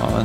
Ja,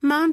Mom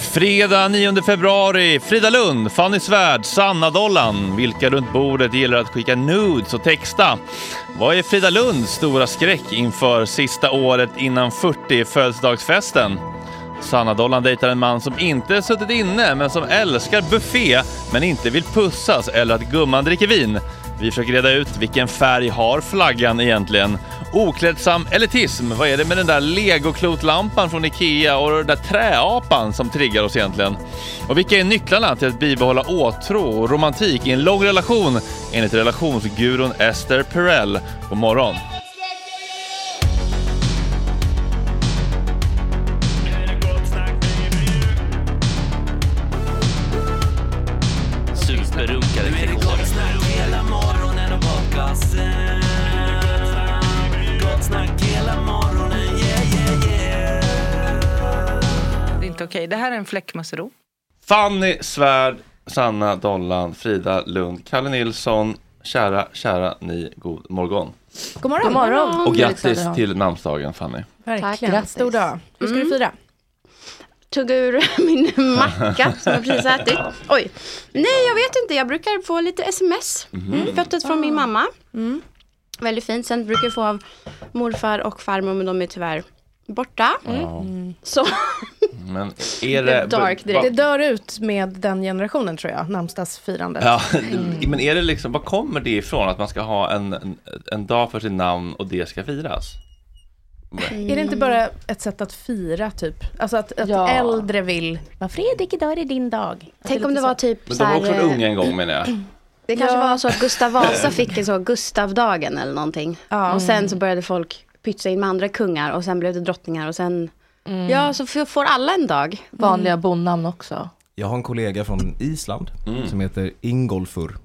Fredag 9 februari, Frida Lund, Fanny Svärd, Sanna Dollan. Vilka runt bordet gillar att skicka nudes och texta? Vad är Frida Lunds stora skräck inför sista året innan 40 födelsedagsfesten? Sanna Dollan dejtar en man som inte suttit inne men som älskar buffé men inte vill pussas eller att gumman dricker vin. Vi försöker reda ut vilken färg har flaggan egentligen? Oklädsam elitism, vad är det med den där legoklotlampan från Ikea och den där träapan som triggar oss egentligen? Och vilka är nycklarna till att bibehålla åtrå och romantik i en lång relation enligt relationsgurun Esther Perel? God morgon! okej, det här är en fläckmussero. Fanny Svärd, Sanna Dollan, Frida Lund, Kalle Nilsson, kära, kära ni, god morgon. God morgon. God morgon. Och grattis till namnsdagen Fanny. Tack, Verkligen. grattis. Stor dag. Hur ska du fira? tugga Mm. ur min macka som jag precis ätit. Oj. Nej, jag vet inte. Jag brukar få lite sms. Mhm. Mm. Fött från Ah. min mamma. Mm. Väldigt fint. Sen brukar jag få av morfar och farmor, men de är tyvärr borta. Mm. Så Men är Det det... är dark direkt. Eh, Det dör ut med den generationen tror jag, namnsdagsfirandet. Ja, men är det liksom, vad kommer det ifrån att man ska ha en, en, en dag för sitt namn och det ska firas? Mm. Är det inte bara ett sätt att fira typ? Alltså att, att Ja. äldre vill, vad Fredrik, idag är det din dag. Att tänk det är om det lite var typ Men så de var här, också eh, unga en gång menar jag. Det kanske Ja. var så att Gustav Vasa fick en så Gustavdagen eller någonting. Och sen så började folk pytsa in med andra kungar och sen blev det drottningar och sen Mm. Ja, så f- får alla en dag. Mm. Vanliga bonnamn också. Jag har en kollega från Island som heter Ingolfur.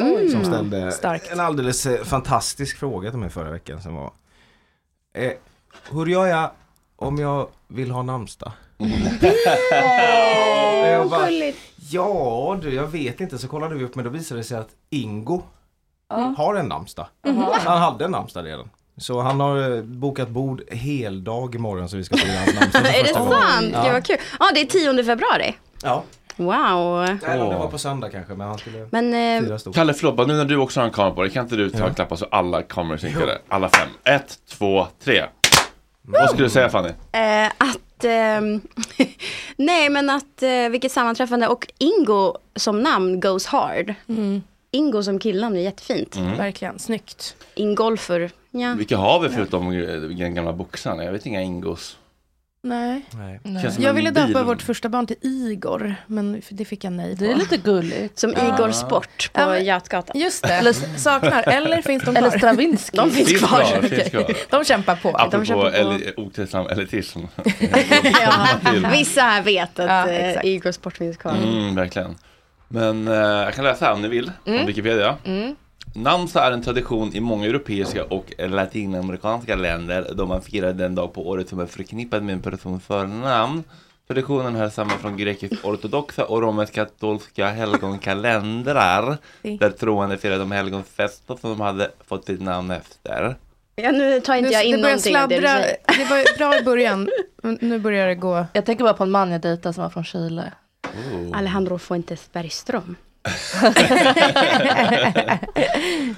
Mm. Som ställde Starkt. en alldeles eh, fantastisk fråga till mig förra veckan som var eh, Hur gör jag om jag vill ha namnsdag? Och jag bara, ja du, jag vet inte. Så kollade vi upp men då visade det sig att Ingo har en namnsdag. Mm-hmm. Han hade en namnsdag redan. Så han har eh, bokat bord heldag imorgon så vi ska fira hans namnsdag för Är det första gången. sant? Ja. Gud vad kul. Ja, det är 10 februari. Ja. Wow. Nej, det var på söndag kanske men han skulle Men eh, fira stort. Kalle förlåt, bara nu när du också har en kamera på dig, kan inte du ta en klappa så alla kameror synkar det? Alla fem. Ett, två, tre. Vad skulle du säga Fanny? Eh, att, ehm, nej men att, eh, vilket sammanträffande. Och Ingo som namn goes hard. Ingo som killnamn är jättefint. så. Mm. Verkligen, snyggt. Ingolfur, ja. Mm. Vilka har vi förutom eh, den gamla boxaren? Jag vet inga Ingos. Nej. Nej. Känns som Jag en ville bil. döpa vårt första barn till Igor, men det fick jag nej på. Det är lite gulligt. Som Igor Sport på Ja, men- Götgatan. Just det, eller saknar, eller finns de Eller kvar? Stravinsky. De finns Finns kvar. kvar, finns kvar. De kämpar på. Apropå köper på- el- otilsam elitism. Ja, vissa här vet Ja, att eh, exakt. Igor Sport finns kvar. Mm, verkligen. Men eh, jag kan läsa här om ni vill, Mm. från Wikipedia. Namnsdag är en tradition i många europeiska och latinamerikanska länder då man firar den dag på året som är förknippad med en persons förnamn. Traditionen hör samman från grekiskt ortodoxa och romersk katolska helgonkalendrar Mm. där troende firar de helgonfester som de hade fått sitt namn efter. Ja, nu tar inte Nu- jag in det börjar någonting av det du sladdra, säger. det var ju bra i början, men nu börjar det gå. Jag tänker bara på en man jag dejtade som var från Chile. Ah, Alejandro Fuentes Bergström.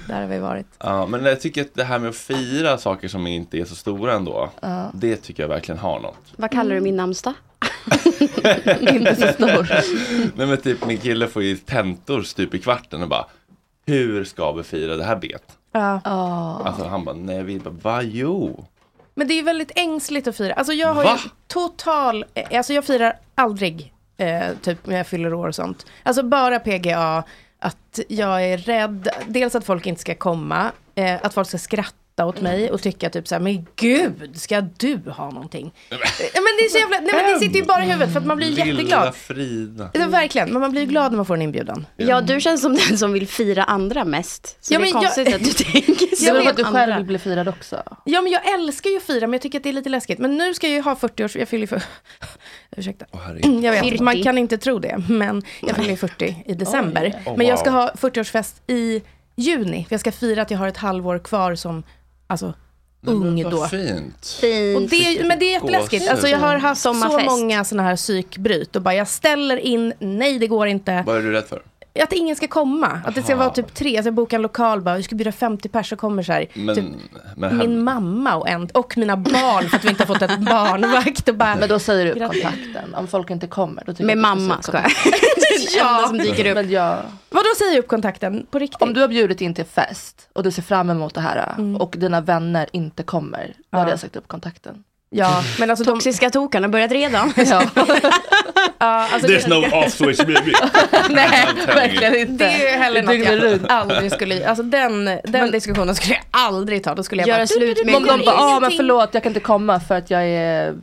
Där har vi varit. Ja, men jag tycker att det här med att fira saker som inte är så stora ändå, det tycker jag verkligen har något. Vad kallar Mm. du min namnsdag? Inte så stor. Nej men typ min kille får ju tentor stup i kvarten och bara Hur ska vi fira det här bet? Ja. Ah. Alltså han bara nej vi bara va jo? Men det är ju väldigt ängsligt att fira. Alltså jag har Va? ju total, eh, alltså jag firar aldrig eh, typ när jag fyller år och sånt. Alltså bara PGA, att jag är rädd, dels att folk inte ska komma, eh, att folk ska skratta åt mig och tycka typ såhär, men gud, ska du ha någonting? Eh, men det är så jävla, nej men det sitter ju bara i huvudet för att man blir ju Lilla jätteglad. Frida. Ja, verkligen, men man blir ju glad när man får en inbjudan. Ja, du känns som den som vill fira andra mest. Så Ja, det är men jag- konstigt att du tänker så. Det var för att du om själv andra. vill bli firad också. Ja men jag älskar ju att fira men jag tycker att det är lite läskigt. Men nu ska jag ju ha 40 års, jag fyller ju för... Ursäkta. Mm, herregud. jag vet, 40. man kan inte tro det. Men jag fyller ju 40 i december. Oh, men jag ska wow. ha 40-årsfest i juni. För jag ska fira att jag har ett halvår kvar som, alltså, ung Vad då. fint. Och Fint. det, är ju- men det är jätteläskigt. Alltså jag har haft så Sommarfest. många sådana här psykbryt och bara jag ställer in, nej det går inte. Vad är du rädd för? Att ingen ska komma. Att det ska Aha. vara typ tre, alltså jag bokar en lokal bara, vi ska bjuda 50 pers och kommer så här. Men, typ men här, min mamma och, en, och mina barn för att vi inte har fått ett barnvakt. Och bara, Men då säger du upp Grattis. kontakten. Om folk inte kommer. Då tycker Med jag att du mamma, ska ska säga jag. upp Det är den enda som dyker kontakten. upp. Men jag, vadå säger jag upp kontakten på riktigt? Mm. om du har bjudit in till fest och du ser fram emot det här och dina vänner inte kommer, då hade jag sagt upp kontakten. Ja, men alltså de... Toxiska tokarna har börjat redan. Ja, Ja, alltså There's no off switch baby. nej, verkligen det inte. är ju heller Dygnet något runt. jag aldrig skulle... Alltså den, den diskussionen skulle jag aldrig ta. Då skulle jag Göra bara... slut med Men om de bara, ah, men Ingenting. förlåt jag kan inte komma för att jag är eh,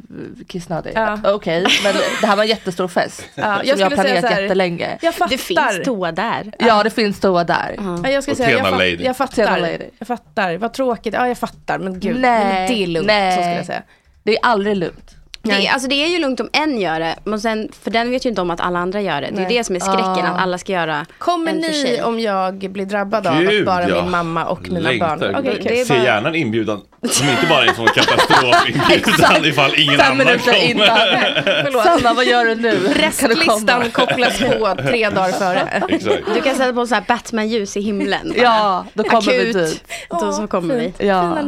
kissnödig. Ja. Okej, men det här var en jättestor fest. som jag skulle säga har planerat så här- jättelänge. Jag fattar. Det finns toa där. Ja det finns toa där. Ja, jag skulle Och säga, jag, Tena fat, Lady. jag Tena fattar. Lady. Jag fattar. Vad tråkigt. Ja, jag fattar. Men gud, Nej, men det är lugnt. nej. Så skulle jag säga. Det är aldrig lugnt. Det, alltså det är ju lugnt om en gör det, men sen, för den vet ju inte om att alla andra gör det. Det är Nej. Ah. det som är skräcken, att alla ska göra Kommer en för ni sig. om jag blir drabbad av Gud, att bara ja. min mamma och mina Längtar. barn... Okej, Det är Se bara- gärna en inbjudan som inte bara är en sån katastrofinbjudan Exakt. ifall ingen Fem annan minuter innan. kommer. förlåt. Sanna, vad gör du nu? Kan du komma? Restlistan kopplas på tre dagar före. Exakt. Du kan sätta på så här Batman-ljus i himlen. Ja, då kommer vi Akut. dit. Då så kommer vi. Ja.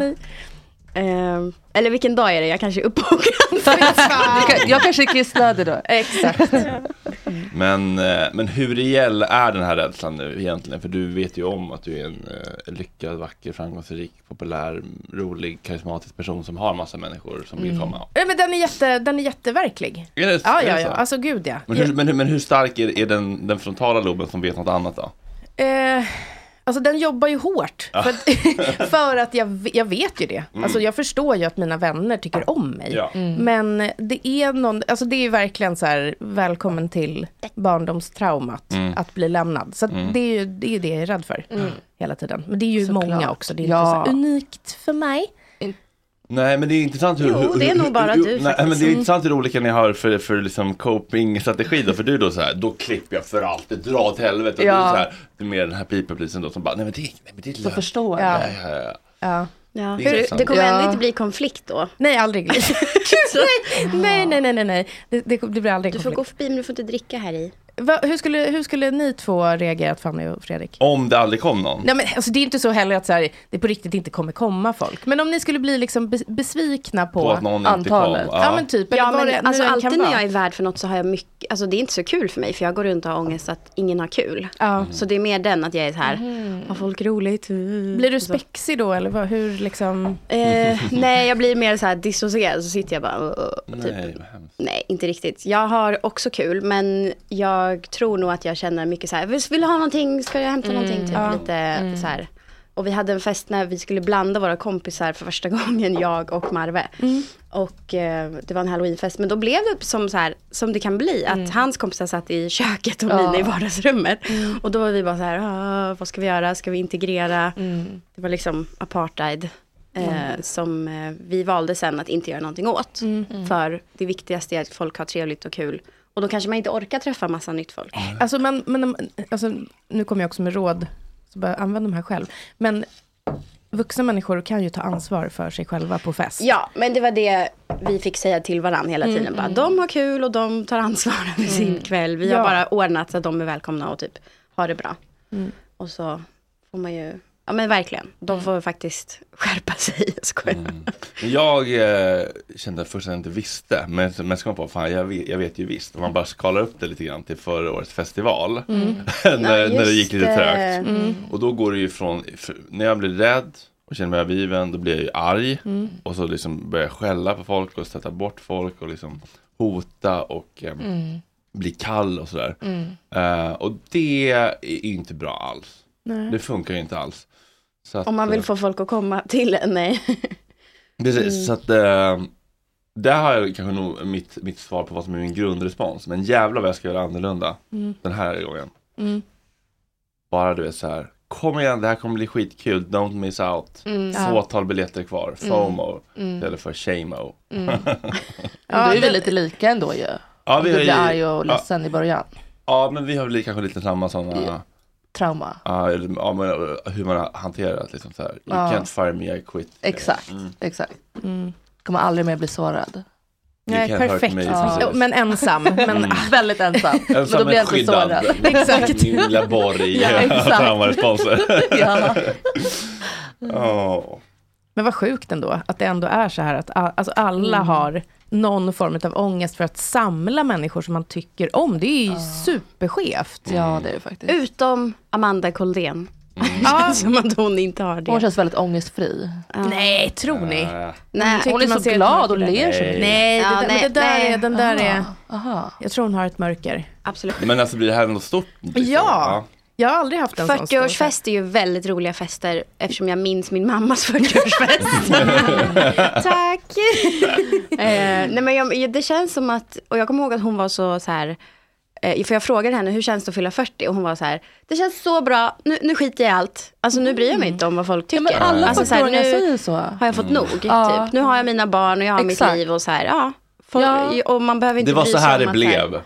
Ehm, eller vilken dag är det? Jag kanske är uppbokad. Jag kan- Jag kanske är kissnödig då. Exakt. Men, eh, men hur reell är den här rädslan nu egentligen? För du vet ju om att du är en eh, lyckad, vacker, framgångsrik, populär, rolig, karismatisk person som har massa människor som vill komma. Mm. Ja, men den, är jätte, den är jätteverklig. Är det, Ja, är det ja, så? ja. Alltså gud ja. Men hur, men, hur- men hur stark är, är den, den frontala loben som vet något annat då? Eh, alltså den jobbar ju hårt. För Ah. att, för att jag, ve- jag vet ju det. Mm. Alltså jag förstår ju att mina vänner tycker om mig. Ja. Mm. Men det är någon, alltså det är ju verkligen så här, välkommen till barndomstraumat, Mm. att bli lämnad. Så att det är ju det, är ju det jag är rädd för hela tiden. Men det är ju Mm. Såklart. många också, det är Ja. inte så här, unikt för mig. Nej men det är intressant hur... Jo, hur, det är hur, nog bara hur, du nej, faktiskt. men det är intressant hur olika ni har för, för liksom coping-strategi då. För du då så här, då klipper jag för alltid, dra åt helvete. Och Ja. du är så här, du är mer den här pipapolisen då som bara, nej men det, nej, men det är Så lönt. förstår Ja. jag. Ja, ja, ja. Ja. Ja. Det är Det, sant. kommer Ja. ändå inte bli konflikt då. Nej, aldrig. Gud, nej, nej, nej, nej, nej, nej. Det, det, det blir aldrig Du får konflikt. gå förbi men du får inte dricka här i. Va, hur, skulle, hur skulle ni två reagerat, Fanny och Fredrik? Om det aldrig kom någon. Nej, men, alltså, det är inte så heller att så här, det på riktigt inte kommer komma folk. Men om ni skulle bli liksom bes- besvikna på... på att någon antalet. inte kom. ja. men typ. Ja, eller vad men det, nu alltså, än kan alltid när vara. jag är värd för något så har jag mycket, alltså det är inte så kul för mig för jag går runt och har ångest att ingen har kul. Ja. Så det är mer den att jag är så här, har folk roligt? Mm. Blir du Och så. spexig då eller vad, hur liksom? Eh, nej, jag blir mer så här dissocierad så sitter jag bara uh, uh, typ. Nej, vad hemskt. Nej, inte riktigt. Jag har också kul, men jag tror nog att jag känner mycket så här, "Visst, vill du ha någonting, ska jag hämta någonting? Typ, lite så här. Och vi hade en fest när vi skulle blanda våra kompisar för första gången, jag och Marve. Och eh, det var en halloweenfest, men då blev det som, så här, som det kan bli, att hans kompisar satt i köket och mina i vardagsrummet. Och då var vi bara så här, "Ah, vad ska vi göra, ska vi integrera? Det var liksom apartheid. Eh, som eh, vi valde sen att inte göra någonting åt. Mm. Mm. För det viktigaste är att folk har trevligt och kul. Och då kanske man inte orkar träffa massa nytt folk. Alltså, men, men, alltså, nu kommer jag också med råd, så bara använd de här själv. Men vuxna människor kan ju ta ansvar för sig själva på fest. Ja, men det var det vi fick säga till varandra hela Mm. tiden. Bara, de har kul och de tar ansvar för sin kväll. Vi Mm. Ja. har bara ordnat så att de är välkomna och typ har det bra. Mm. Och så får man ju, ja men verkligen, de får faktiskt skärpa sig. Jag skojar. Mm, Men Jag eh, kände först att jag inte visste, men, men så kom jag på, fan jag vet, jag vet ju visst. Om man bara skalar upp det lite grann till förra årets festival, när, Mm. Ja, när det just gick lite det. Mm. trögt. Och då går det ju från, för, när jag blir rädd och känner mig övergiven, då blir jag ju arg. Mm. Och så liksom börjar jag skälla på folk och sätta bort folk och liksom hota och ehm, Mm. bli kall och sådär. Eh, och det är ju inte bra alls. Det funkar ju inte alls. Så att, Om man eh, vill få folk att komma till en, nej. Precis, Mm. så att eh, där har jag kanske nog mitt, mitt svar på vad som är min grundrespons. Men jävlar vad jag ska göra annorlunda den här gången. Mm. Bara du är så här, kom igen det här kommer bli skitkul, don't miss out. Mm, Fåtal biljetter kvar, FOMO eller för shamo. Mm. Men du är det- väl lite lika ändå ju. Ja, Om vi du har blir ju, arg och ja. ledsen i början. ja men vi har väl kanske lite samma sådana, ja. Trauma. eller, ja, men, eh, hur man hanterar det liksom så här. You Ja. can't fire me, I quit. Mm. Exakt, Mm. exakt. Mm. Kommer aldrig mer bli sårad. You Nej, can't hurt perfekt. me. Ja. precis. Jo, Men ensam. Men, Väldigt ensam. Men Ensam då blir jag inte skyddad. sårad. Exakt. Min lilla borg eh, i Ja, exakt. traumaresponser. Ja. Mm. Ja. men vad sjukt ändå, att det ändå är så här att a- alltså alla Mm. har någon form av ångest för att samla människor som man tycker om. Det är ju superskevt. ja, det är det faktiskt. Utom Amanda Koldén. Mm. Ja. Som att hon inte har det. Hon känns väldigt ångestfri. Nej, tror ni? Nej. Tycker Hon är man så ser ett glad och mörker där. ler så mycket. Nej, det, Ja, där- nej, men det där nej. är, den där är, Aha. jag tror hon har ett mörker. Absolut. Men alltså blir det här något stort? liksom? Ja. Jag har aldrig haft en sån stor 40-årsfest är ju väldigt roliga fester eftersom jag minns min mammas 40-årsfest. Tack! eh, nej men jag, det känns som att, och jag kommer ihåg att hon var så, så här, eh, för jag frågade henne hur känns det att fylla 40 och hon var så här, det känns så bra, nu, nu skiter jag i allt. Alltså nu bryr jag mig inte om vad folk Ja, tycker. men alla alltså, så här, faktorer nu Mm. säger så. Mm. har jag fått nog, Ja. typ. nu har jag mina barn och jag har mitt Exakt. liv och så här, ja. Folk, Ja. Och man behöver inte Det var bry så sig här om det att- blev.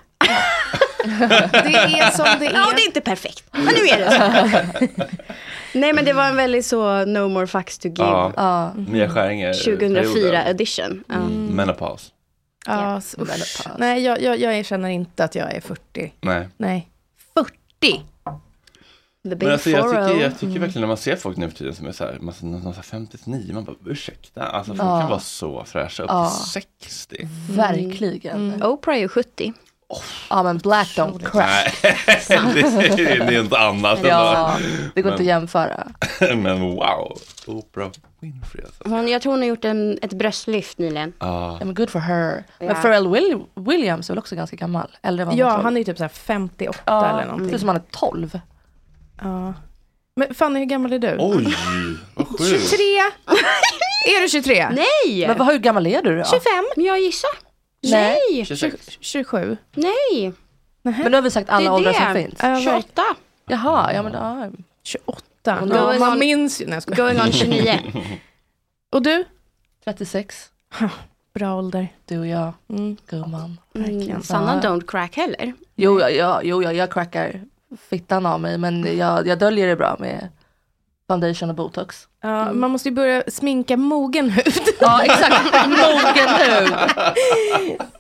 Det är som det är. Ja, och det är inte perfekt. Men nu är det så. Nej, men det var en väldigt så no more fucks to give. Ja, Ja. Mia Skäringer. 2004 edition. Ja. Mm, menopaus. Ja, s- Men usch. paus. Nej, jag, jag, jag erkänner inte att jag är 40. Nej. Nej. 40! The big Men alltså, jag, tycker, 40. jag Mm. tycker verkligen när man ser folk nu för tiden som är så här, man, ser någon någon så här 59, man bara ursäkta, alltså folk Ja. kan vara så fräscha upp Ja. till 60. Verkligen. Mm. Oprah är 70. Ja men black don't crack. Nej, det, det är ju inte annat. Ja, det går inte Men- att jämföra. ändå. Men wow, Oprah Winfrey alltså. Hon, jag tror hon har gjort en, ett bröstlyft nyligen. Ja. Ja, men good for her. Men Ja. Pharrell Will- Williams är väl också ganska gammal? Äldre än vad Ja, man tror. han är ju typ så här 58 eller ja, någonting. det är som han är 12. Ja. Men Fanny, hur gammal är du? Oj, vad sjukt. 23! är du 23? Nej! Men vad, hur gammal är du då? 25? Jag gissar. Nej. Nej! 26. 27? Nej! Men nu har vi sagt Det alla åldrar som är finns. Ja, det. verkligen. 28. Jaha, ja men ja. 28? Going Ja, man on- minns ju. Nej, jag skojar. Going on 29. Och du? 36, Bra ålder. du och jag, Mm. gumman. Verkligen. Mm, Sanna don't crack heller. Jo, jag, jag, jo jag, jag crackar fittan av mig men jag, jag döljer det bra med foundation och botox. Ja, Mm. Man måste ju börja sminka mogen hud. Ja exakt, mogen nu.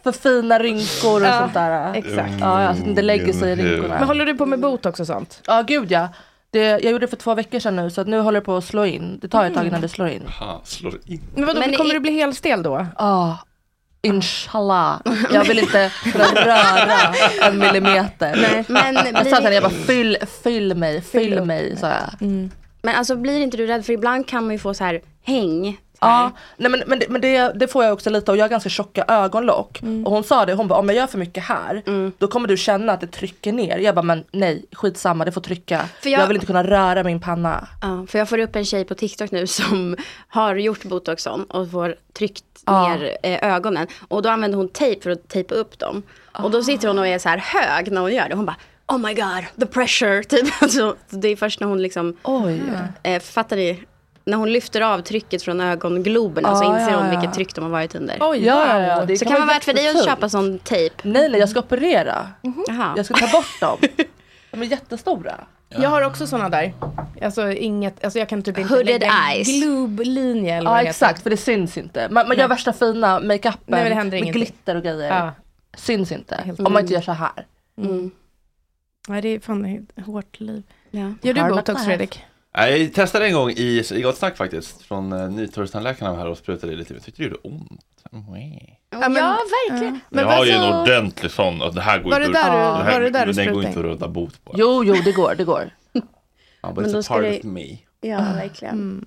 För fina rynkor och Ja, sånt där. exakt. Ja, ja, så att det inte lägger sig i Mogen hud. Men rynkorna. håller du på med botox och sånt? Ja gud ja. Det, jag gjorde det för två veckor sedan nu så att nu håller det på att slå in. Det tar ett tag innan det slår in. Ha, slår in. Mm. Men vadå, Men kommer i- du bli helstel då? Ah, inshallah. Jag vill inte kunna röra en millimeter. Men, Jag sa till henne, blir, jag bara fyll, fyll mig, fyll upp mig sa jag. Mm. men alltså blir inte du rädd? För ibland kan man ju få så här häng. Ja, nej, men, men, det, men det, det får jag också lite och jag har ganska tjocka ögonlock. Mm. Och hon sa det, hon bara om jag gör för mycket här då kommer du känna att det trycker ner. Jag bara men nej skitsamma det får trycka. För jag... jag- vill inte kunna röra min panna. Ja, för jag får upp en tjej på TikTok nu som har gjort botoxon och får tryckt Ja. ner eh, ögonen. Och då använder hon tejp för att tejpa upp dem. Och då sitter hon och är så här hög när hon gör det. Hon bara Oh my god, the pressure. Typ. Alltså, det är först när hon liksom, Oj. eh, fattar ni? När hon lyfter av trycket från ögongloberna så Ja, inser Ah, ja, hon ja. vilket tryck de har varit under. Oj, Ja, ja, ja, wow. det så kan det vara värt för dig att jättekul. köpa sån tejp? Mm. Mm-hmm. Nej nej jag ska operera. Jaha. Jag ska ta bort dem. De är jättestora. Jag har också såna där. Alltså inget, alltså jag kan typ inte Hooded lägga en eyes. globlinje eller Ja vad det heter. exakt för det syns inte. Man, man gör värsta fina makeupen Nej, men det med händer ingenting. glitter och grejer. Ja. Syns inte. Helt Om man inte gör så här. Mm. Nej, det är fan ett hårt liv. Ja. Gör du Har du botox något Fredrik? Nej, Jag testade en gång i, i Gott Snack faktiskt, från eh, nytorgstandläkaren här och sprutade i lite, jag tyckte det gjorde ont. Mm. Ja, men- verkligen. Men jag vad har ju en så- ordentlig sån, och det här går Var ju det inte där Ja. du, var det där du den går sprutade? inte att råda bot på. Jo jo det går det går. Ja, but Men it's då a ska part det- of me. Ja, Ah. verkligen. Mm.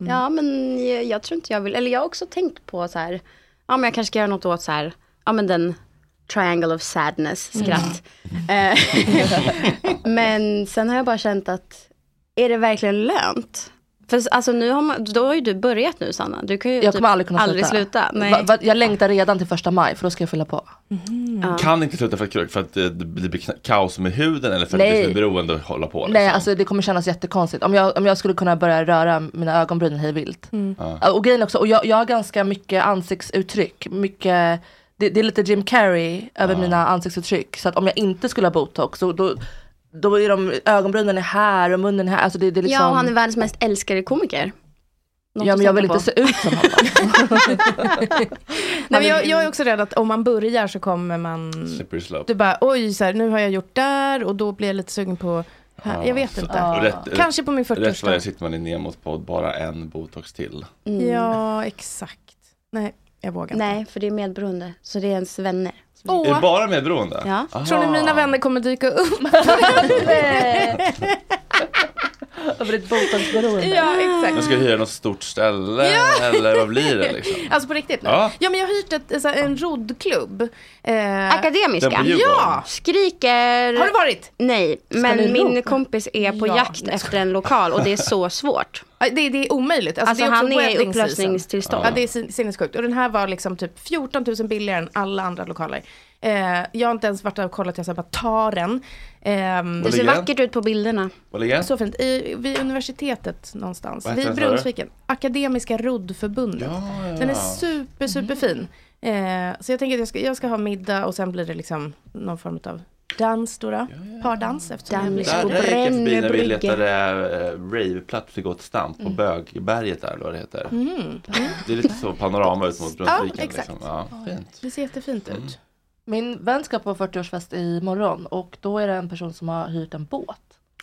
Mm. Ja, men jag, jag tror inte jag vill, eller jag har också tänkt på så här, ja men jag kanske ska göra något åt så här, ja men den triangle of sadness, Mm. skratt. Eh, men sen har jag bara känt att, är det verkligen lönt? För s- alltså nu har man, då har ju du börjat nu Sanna, du kan ju typ Jag kommer aldrig kunna aldrig sluta. sluta. Nej. Va, va, jag längtar redan till första maj för då ska jag fylla på. Kan inte sluta för att, för att eh, det blir kna- kaos med huden eller för att Nej. det liksom är beroende att hålla på. Liksom. Nej alltså det kommer kännas jättekonstigt. Om jag, om jag skulle kunna börja röra mina ögonbryn hej vilt. Mm. Ja, Och grejen också, och jag, jag har ganska mycket ansiktsuttryck. Mycket, det, det är lite Jim Carrey över mina ansiktsuttryck. Så att om jag inte skulle ha botox så, då, då är de, ögonbrynen är här och munnen är här. Alltså det, det är liksom, Ja, och han är världens mest älskade komiker. Något ja att men jag vill tänka inte på. se ut som honom. Nej, men jag, jag är också rädd att om man börjar så kommer man... Slippery slope. Du bara, oj, så här, nu har jag gjort där och då blir jag lite sugen på... Här. Jag vet liksom. så- inte. Ah. och Rätt, Kanske på min rätt, rätt vad 40-årsdag. det sitter man i Nemos podd, bara en botox till. Ja, exakt. Nej, Mm, jag vågar inte. Mm. Nej, för det är medberoende, så det är ens vänner. Är det Åh, bara medberoende? Ja. Aha. tror ni mina vänner kommer dyka upp? Över ett botoxberoende. ja, exakt. Men ska vi hyra något stort ställe eller vad blir det liksom? Alltså på riktigt nu? Ja. Ja, men jag har hyrt ett, så här, en roddklubb. Eh, Akademiska. Den på Djurgården? ja! Skriker. Har du varit? Nej, ni men min ropa? kompis är på Ja, jakt jag efter en lokal och det är så svårt. Ja, Det, det är omöjligt. Alltså, det Alltså är också han är i wedding season. upplösningstillstånd. Ja, det är sin- sinnessjukt. Och den här var liksom typ 14 000 billigare än alla andra lokaler. Eh, jag har inte ens varit där och kollat, jag ska bara ta den. Ehm, Var Det ser ligger vackert ut på bilderna. Var ligger den? så fint, I, vid universitetet någonstans. Vad heter Vid den, sa du? Brunnsviken. Akademiska roddförbundet. Ja, ja. Den är super, superfin. Eh, så jag tänker att jag ska, jag ska ha middag och sen blir det liksom någon form av dans då. då. Pardans eftersom jag Dans. blir Där, Och där gick jag förbi när vi Brännebrygge. letade äh, raveplats för Gott Stamp på Bögberget där eller vad det heter. Det är lite så panorama Mm. ut mot Brunnsviken. Mm. Ja, exakt. Liksom. Ja, fint. Mm. Det ser jättefint ut. Min vän ska på 40-årsfest imorgon och då är det en person som har hyrt en båt.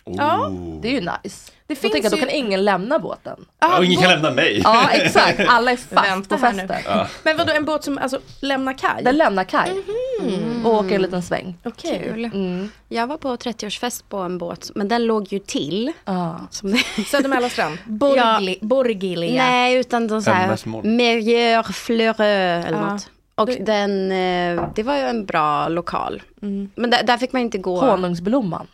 Ja. Oh. Det är ju nice. Det Då tänker jag, då ju- kan ingen lämna båten. Ja, ingen kan båt- lämna mig. Ja, exakt. Alla är fast Vänta på här nu. festen. Men vadå, en båt som alltså, lämnar kaj? Mhm. Den lämnar kaj Mm. och åker en liten sväng. Mm. Okej. Kul. Mm. Jag var på 30-årsfest på en båt, men den låg ju till. Ja. Som Södermälarstrand? Borgli, Borgilia? Nej, utan de så här MS-mål. Meilleur Fleureux eller Ja. något. Och den, eh, det var ju en bra lokal. Men där, där fick man inte gå. Mm. Honungsblomman.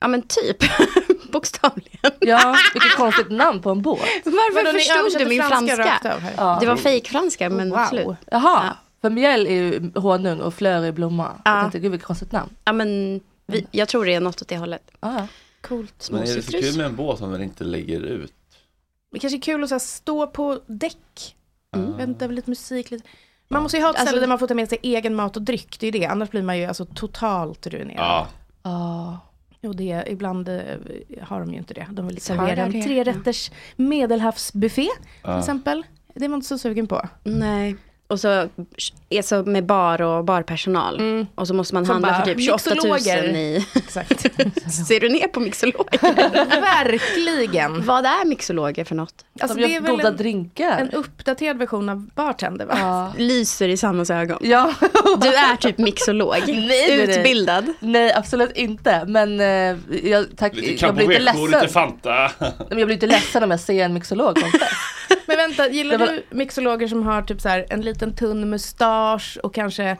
Ja men typ, bokstavligen. Ja, vilket konstigt namn på en båt. Varför Vadå, ni förstod översätter du min franska? rakt av här? Oh, Ja. Det var fejkfranska men Wow. absolut. Jaha, för mjöl är ju honung och flör är blomma. Ja. Jag tänkte, gud vilket konstigt namn. Ah. Ja men vi, jag tror det är något åt det hållet. Ja. Coolt. Men är det så kul Småcitrus. med en båt om den inte lägger ut? Det kanske är kul att så här, stå på däck. Vänta med lite musik. Lite. Man måste ju ha ett ställe Alltså- där man får ta med sig egen mat och dryck. Det är ju det. Annars blir man ju alltså, totalt ruinerad. Ja. Ja. Jo, det, ibland eh, har de ju inte det. De vill Har servera de en det? trerätters medelhavsbuffé till exempel. Det är man inte så sugen på. Nej. Och så är så med bar och barpersonal. Mm. Och så måste man Som handla bara, för typ 28 000 mixologer. i... Exakt. Ser du ner på mixologer? Verkligen. Vad är mixologer för något? Alltså, de det gör är väl goda en, drinkar. en uppdaterad version av bartender va? Ja. Lyser i Sannas ögon. ja. Du är typ mixolog. nej, nej. Utbildad. Nej, absolut inte. Men eh, jag, tack, Lite jag blir inte capoeira och ledsen. lite Fanta. Nej, men jag blir inte ledsen om jag ser en mixolog på en fest. Men vänta, gillar Det var- du mixologer som har typ så här en liten tunn mustasch och kanske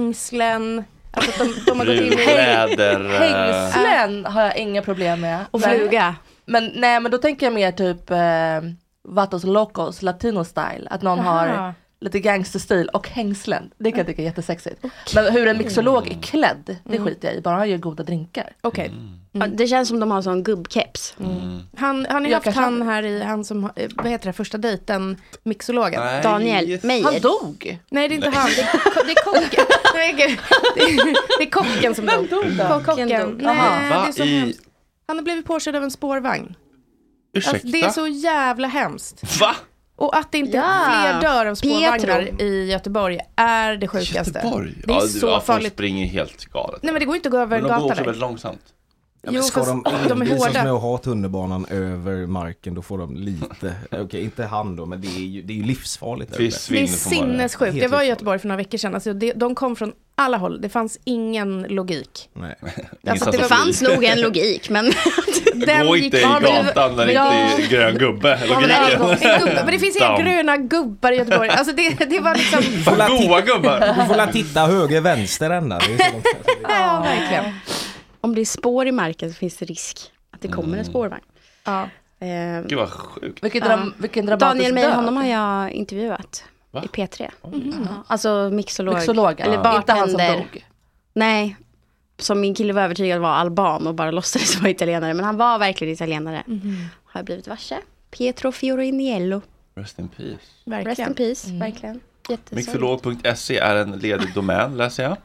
hängslen? Alltså att de, de har gått in i... Brunläder. eh, Hängslen har jag inga problem med. Och Men- fluga. Men nej, men då tänker jag mer typ eh, Vatos Locos, latino style. Att någon Jaha. har lite gangsterstil och hängslen. Det kan jag tycka är jättesexigt. Men hur en mixolog Mm. är klädd, det Mm. skiter jag i. Bara han gör goda drinkar. Okej, Mm. Ja, Det känns som de har sån gubbkeps. Mm. han, har ni Jag haft kanske han här i, han som, har- eh, vad heter det, första dejten, mixologen? Nej, Nej. Daniel just- Meyer. Han dog! det är inte han, det är, ko- det är kocken. Nej, gud. Det är, det är kocken som dog. dog då? Kocken. dog. Nej, det är Va så i... hemskt. Han har blivit påkörd av en spårvagn. Alltså, Ursäkta? det är så jävla hemskt. Va? Och att det inte Ja. fler dör av spårvagnar Pietro. i Göteborg är det sjukaste. Göteborg? Det är ja, så ja, folk farligt. springer helt galet. Nej men det går ju inte att gå över Men de går gatan också där. väldigt långsamt. Ja, Jo, men ska fast de de är envisas hårda. med att ha tunnelbanan över marken då får de lite, okej inte han då men det är ju, det är ju livsfarligt. där Det är uppe. Det är svinn får man- sinnessjukt. Helt Jag var i otroligt. Göteborg för några veckor sedan. Alltså, det, de kom från alla håll. Det fanns ingen logik. Nej. Alltså, det Det var- fanns nog en logik men Den Gå inte i Ja, men- gatan när det inte Ja. är grön gubbe. Ja, men alltså, det är Logiken. en gubbe. Men det finns inga Down. gröna gubbar i Göteborg. Alltså det, det var liksom... Goa gubbar. Du får la titta höger vänster ända. Det är så långt. Ja, verkligen. om det är spår i marken så finns det risk att det kommer Mm. en spårvagn. Ja. Eh, Gud vad sjukt. Vilken, dram- Mm, vilken dramatisk Daniel Meyer, död. honom har jag intervjuat. Va? I P3. Ja, Alltså mixolog. Mixologen. Eller bartender. Inte han som dog. Nej. Som min kille var övertygad var alban och bara låtsades vara italienare. Men han var verkligen italienare. Mm. Har jag blivit varse. Pietro Fioriniello. Rest in peace. Rest in Verkligen. peace. Mm. Verkligen. Jättesorgligt. Mixolog.se är en ledig domän läser jag.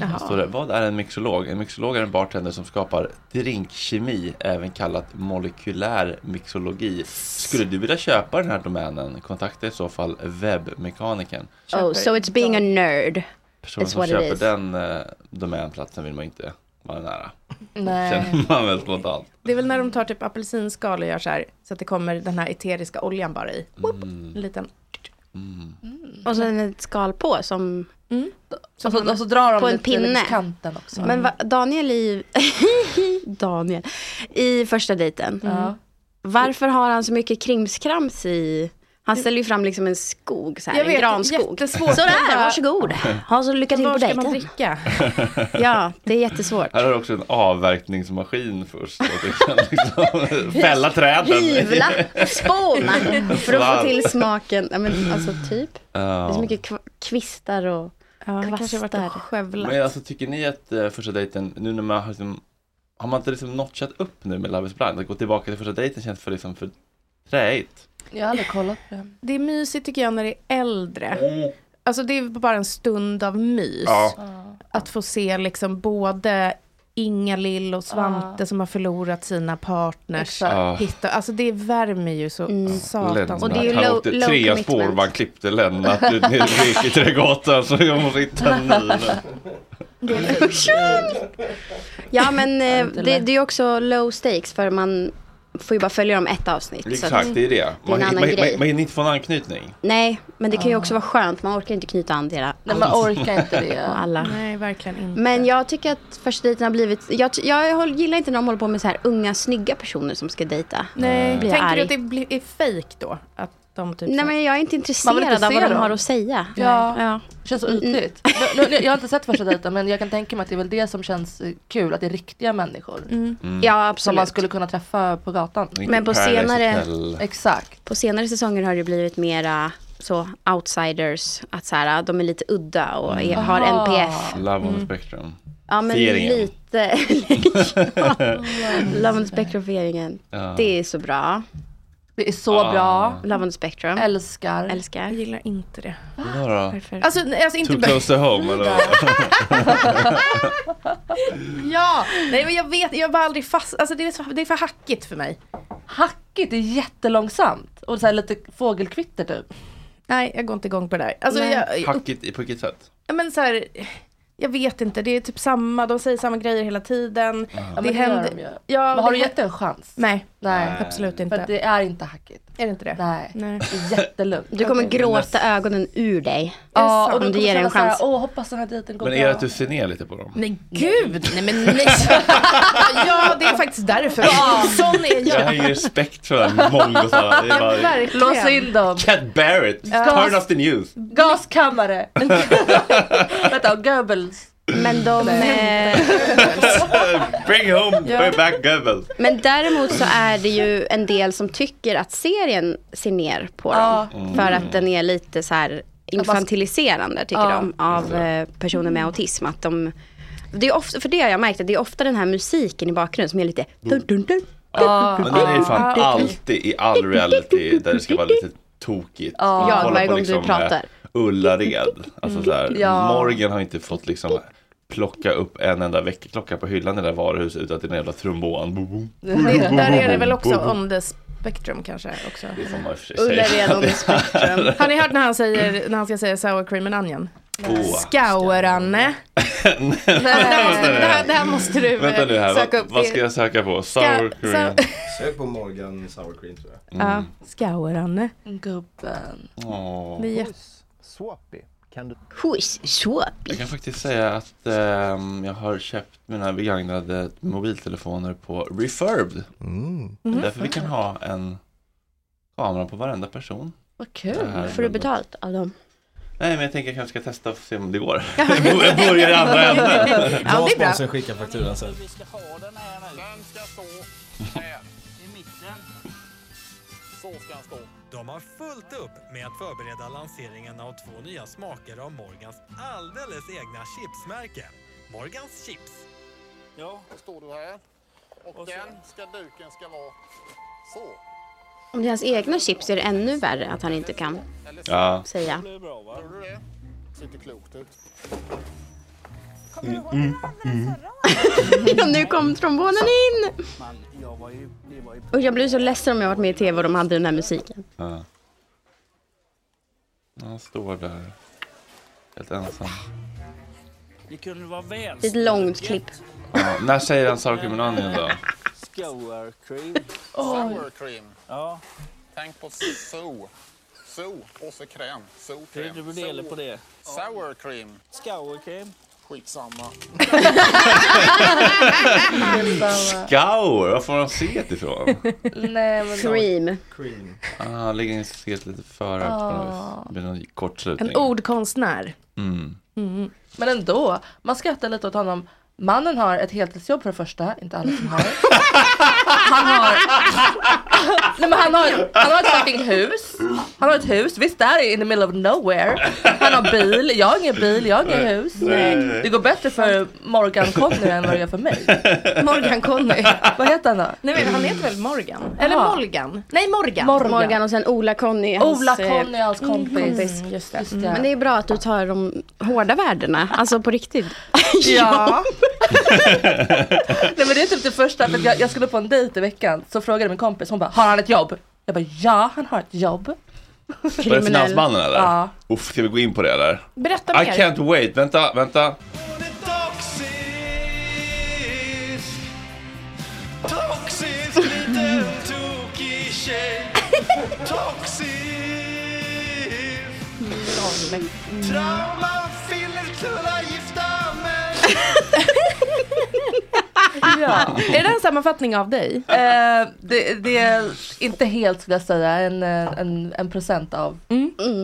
Här Står det, vad är en mixolog? En mixolog är en bartender som skapar drinkkemi, även kallat molekylär mixologi. Skulle du vilja köpa den här domänen? Kontakta i så fall webbmekanikern. Oh, so it's being a nerd. Personen It's som what it köper is. den eh, domänplatsen vill man inte vara nära. Nej. Känner man väl spontant. Det är väl när de tar typ apelsinskal och gör så här. Så att det kommer den här eteriska oljan bara i. Whoop, en liten. Mm. Och sen ett skal på som... Mm. Och så, och så drar de På en lite längs pinne. Mm. kanten också. Men va, Daniel i... Daniel. I första dejten. Ja. Varför har han så mycket krimskrams i... Han ställer ju fram liksom en skog, så här, Jag en vet, granskog. jättesvårt. Sådär, varsågod. Ha så lycka till på Var ska man dejten. dricka? Ja, det är jättesvårt. Här har du också en avverkningsmaskin först. Så att du kan liksom fälla träden. Hyvla, spåna för att få Slarv. till smaken. Ja, men, alltså typ. Det är så Ja. mycket kv- kvistar och... Ja, det kanske har varit Kvastar. och skövlat. Men alltså tycker ni att eh, första dejten, nu när man har liksom, har man inte liksom notchat upp nu med Love is blind? Att gå tillbaka till första dejten känns för liksom för träigt. Jag har aldrig kollat på det. Det är mysigt tycker jag när det är äldre. alltså det är bara en stund av mys. Mm. Ja. Att få se liksom både Inga Lill och Svante som har förlorat sina partners. Exakt. Ja. Hitta, alltså det värmer ju så satans. Lennart, Och det är ju han low- åkte low tre commitment. spår man klippte Lennart ut i Riketrädgatan så jag måste hitta en ny nu. Ja, men eh, det, Inte lätt. det är också low stakes för man får ju bara följa dem ett avsnitt. så att- Exakt, det är det. Man, annan man, man, grej. man hinner inte få en anknytning. Nej, men det kan ju också vara skönt. Man orkar inte knyta an till alla. Nej, man orkar inte det. alla. Nej, verkligen inte. Men jag tycker att första dejten har blivit... Jag, ty- jag håll- gillar inte när de håller på med så här unga, snygga personer som ska dejta. Nej, Blir jag tänker arg. du att det blir- är fejk då? Att de typ Nej, så- men jag är inte Man intresserad vill inte av se vad de dem. har att säga. Ja. Ja. Mm, Känns så ytligt. Jag, jag- jag har inte sett första dejten men jag kan tänka mig att det är väl det som känns eh, kul, att det är riktiga människor. Mm. ja, Som absolut. man skulle kunna träffa på gatan. Men på Mm. Paradise senare- Hotel. Exakt. På senare säsonger har det blivit mera så outsiders, att så här, de är lite udda och är, har Mm. Aha. Mm. NPF. Love on the spectrum. Ja, men Fieringen. lite. Ja. Love on the Spectrum-fieringen. Ja. Det är så bra. Det är så Ah. bra. Love on the Spectrum. Älskar. Älskar. Jag gillar inte det. Vadå då? Varför? Alltså, nej, alltså inte Too bö- close to home eller? vad? Ja, nej men jag vet, jag har bara aldrig fast, alltså det är, så, det är för hackigt för mig. Hackigt, det är jättelångsamt. Och så här lite fågelkvitter typ. Nej, jag går inte igång på det där. Alltså Nej. jag, jag- Hackigt i på vilket sätt? men så här, jag vet inte, det är typ samma, de säger samma grejer hela tiden. Ja, Det men gör händer, de ju. ja, Men har det du hä- gett det en chans? Nej, Nej. absolut För inte. att det är inte hackigt. Är det inte det? Nej. Nej. Det är jättelugnt. Du kommer Okej. gråta ögonen ur dig. Ja, och Om du du kommer ger känna en så här, chans. åh hoppas den här dejten går Men bra. är det att du ser ner lite på dem? Nej gud, nej men nej. ja, det är faktiskt därför. Sån är Jag jag. har ingen respekt för den mongosarna. Det är bara... Verkligen. Lås in dem. Cat Barrett, turn off the news. Gaskammare. Vänta, Goebbels. Men, de, eh, Bring home back Goebbels. men däremot så är det ju en del som tycker att serien ser ner på dem. För att den är lite så här infantiliserande tycker Ja. de av eh, personer med autism. Att de, det är ofta, för det har jag märkt, att det är ofta den här musiken i bakgrunden som är lite dun, dun, dun. Men det är fan alltid i all reality där det ska vara lite tokigt. Ja, Kolla på varje gång du pratar. eh, Ullared. Alltså så här, Ja. Morgan har inte fått liksom plocka upp en enda väckarklocka på hyllan i det där varuhuset utan att det är en jävla trombon. Bo, bo. Det, där är det väl också on the spectrum kanske också. Det får man i och för sig säga. Ullared on the spectrum. Har ni hört när han säger, när han ska säga sour cream and onion? Åh. Skauranne. Det här, måste, det, här, det här måste du eh, Vänta nu här, söka vad, upp. vad ska jag söka på? Sour Ska- cream. Sök på Morgan Sour Cream tror jag. Mm. Ja, Skauranne. Gubben. Åh. Det är jätte- Who's swap? Jag kan faktiskt säga att ehm, jag har köpt mina begagnade mobiltelefoner på Refurbed. Mm. Det är därför vi kan ha en kamera på varenda person. Vad kul. Det här Får du är- betalt av dem? Nej, men jag tänker jag kanske ska testa och se om det går. jag börjar i andra änden. Ja, Dra det är bra. sponsorn skicka fakturan sen. De har fullt upp med att förbereda lanseringen av två nya smaker av Morgans alldeles egna chipsmärke. Morgans chips. Om det är hans egna chips är det ännu värre att han inte kan Ja, säga. Ja, nu kom trombonen in! Och jag blir så ledsen om jag varit med i tv och de hade den här musiken. ja. Han står där. Helt ensam. Det kunde vara väl Det är ett långt klipp. Ja, när säger han Sour Cream and Onion då? Sour cream. Sour cream. Ja, Tänk på so. So och så kräm. So, det är kräm. dubbel på det. Sour cream. Sour cream. Skitsamma. Gower, var får han set ifrån? Nej, men Cream. Cream. Ah, han ligger in set lite före på något vis. Det blir någon kortslutning. Ah. En ordkonstnär. Mm. Men ändå, man skrattar lite åt honom. Mannen har ett heltidsjobb för det första, inte alla som har. Han har... Nej men han har, han har ett fucking hus. Han har ett hus. Visst, det här är in the middle of nowhere. Han har bil. Jag har ingen bil, jag har inget hus. Nej, nej, nej. Det går bättre för Morgan Connery än vad det gör för mig. Morgan Connery. Vad heter han då? Nej men han heter väl Morgan? Eller Ja. Morgan? Nej Morgan. Morgan. Morgan och sen Ola-Conny. Ola Conny, hans kompis. Mm, just det. det. eh, Men det är bra att du tar de hårda värdena, alltså på riktigt. Ja. Nej men det är typ det första, för att jag, jag skulle på en dejt i veckan, så frågade min kompis, hon bara, har han ett jobb? Jag bara, ja han har ett jobb. Var det finansmannen eller? Ja. Uff, ska vi gå in på det eller? Berätta I can't wait, vänta, vänta. Toxisk, toxisk liten tokig tjej. Toxisk. Trauma, fyllekullar, gifta män. Ja. Är det en sammanfattning av dig? Eh, det, det är inte helt skulle jag säga, en, eh, en, en procent av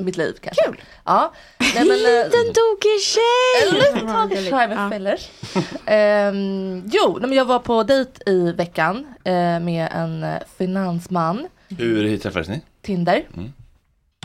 mitt liv kanske. Kul! Ja. Nej, men, eh, Mm. Liten tokig tjej! Lite tagit try med fillers. Ehm, jo, nej, men jag var på dejt i veckan eh, med en eh, finansman, Hur träffades ni? Tinder. Mm.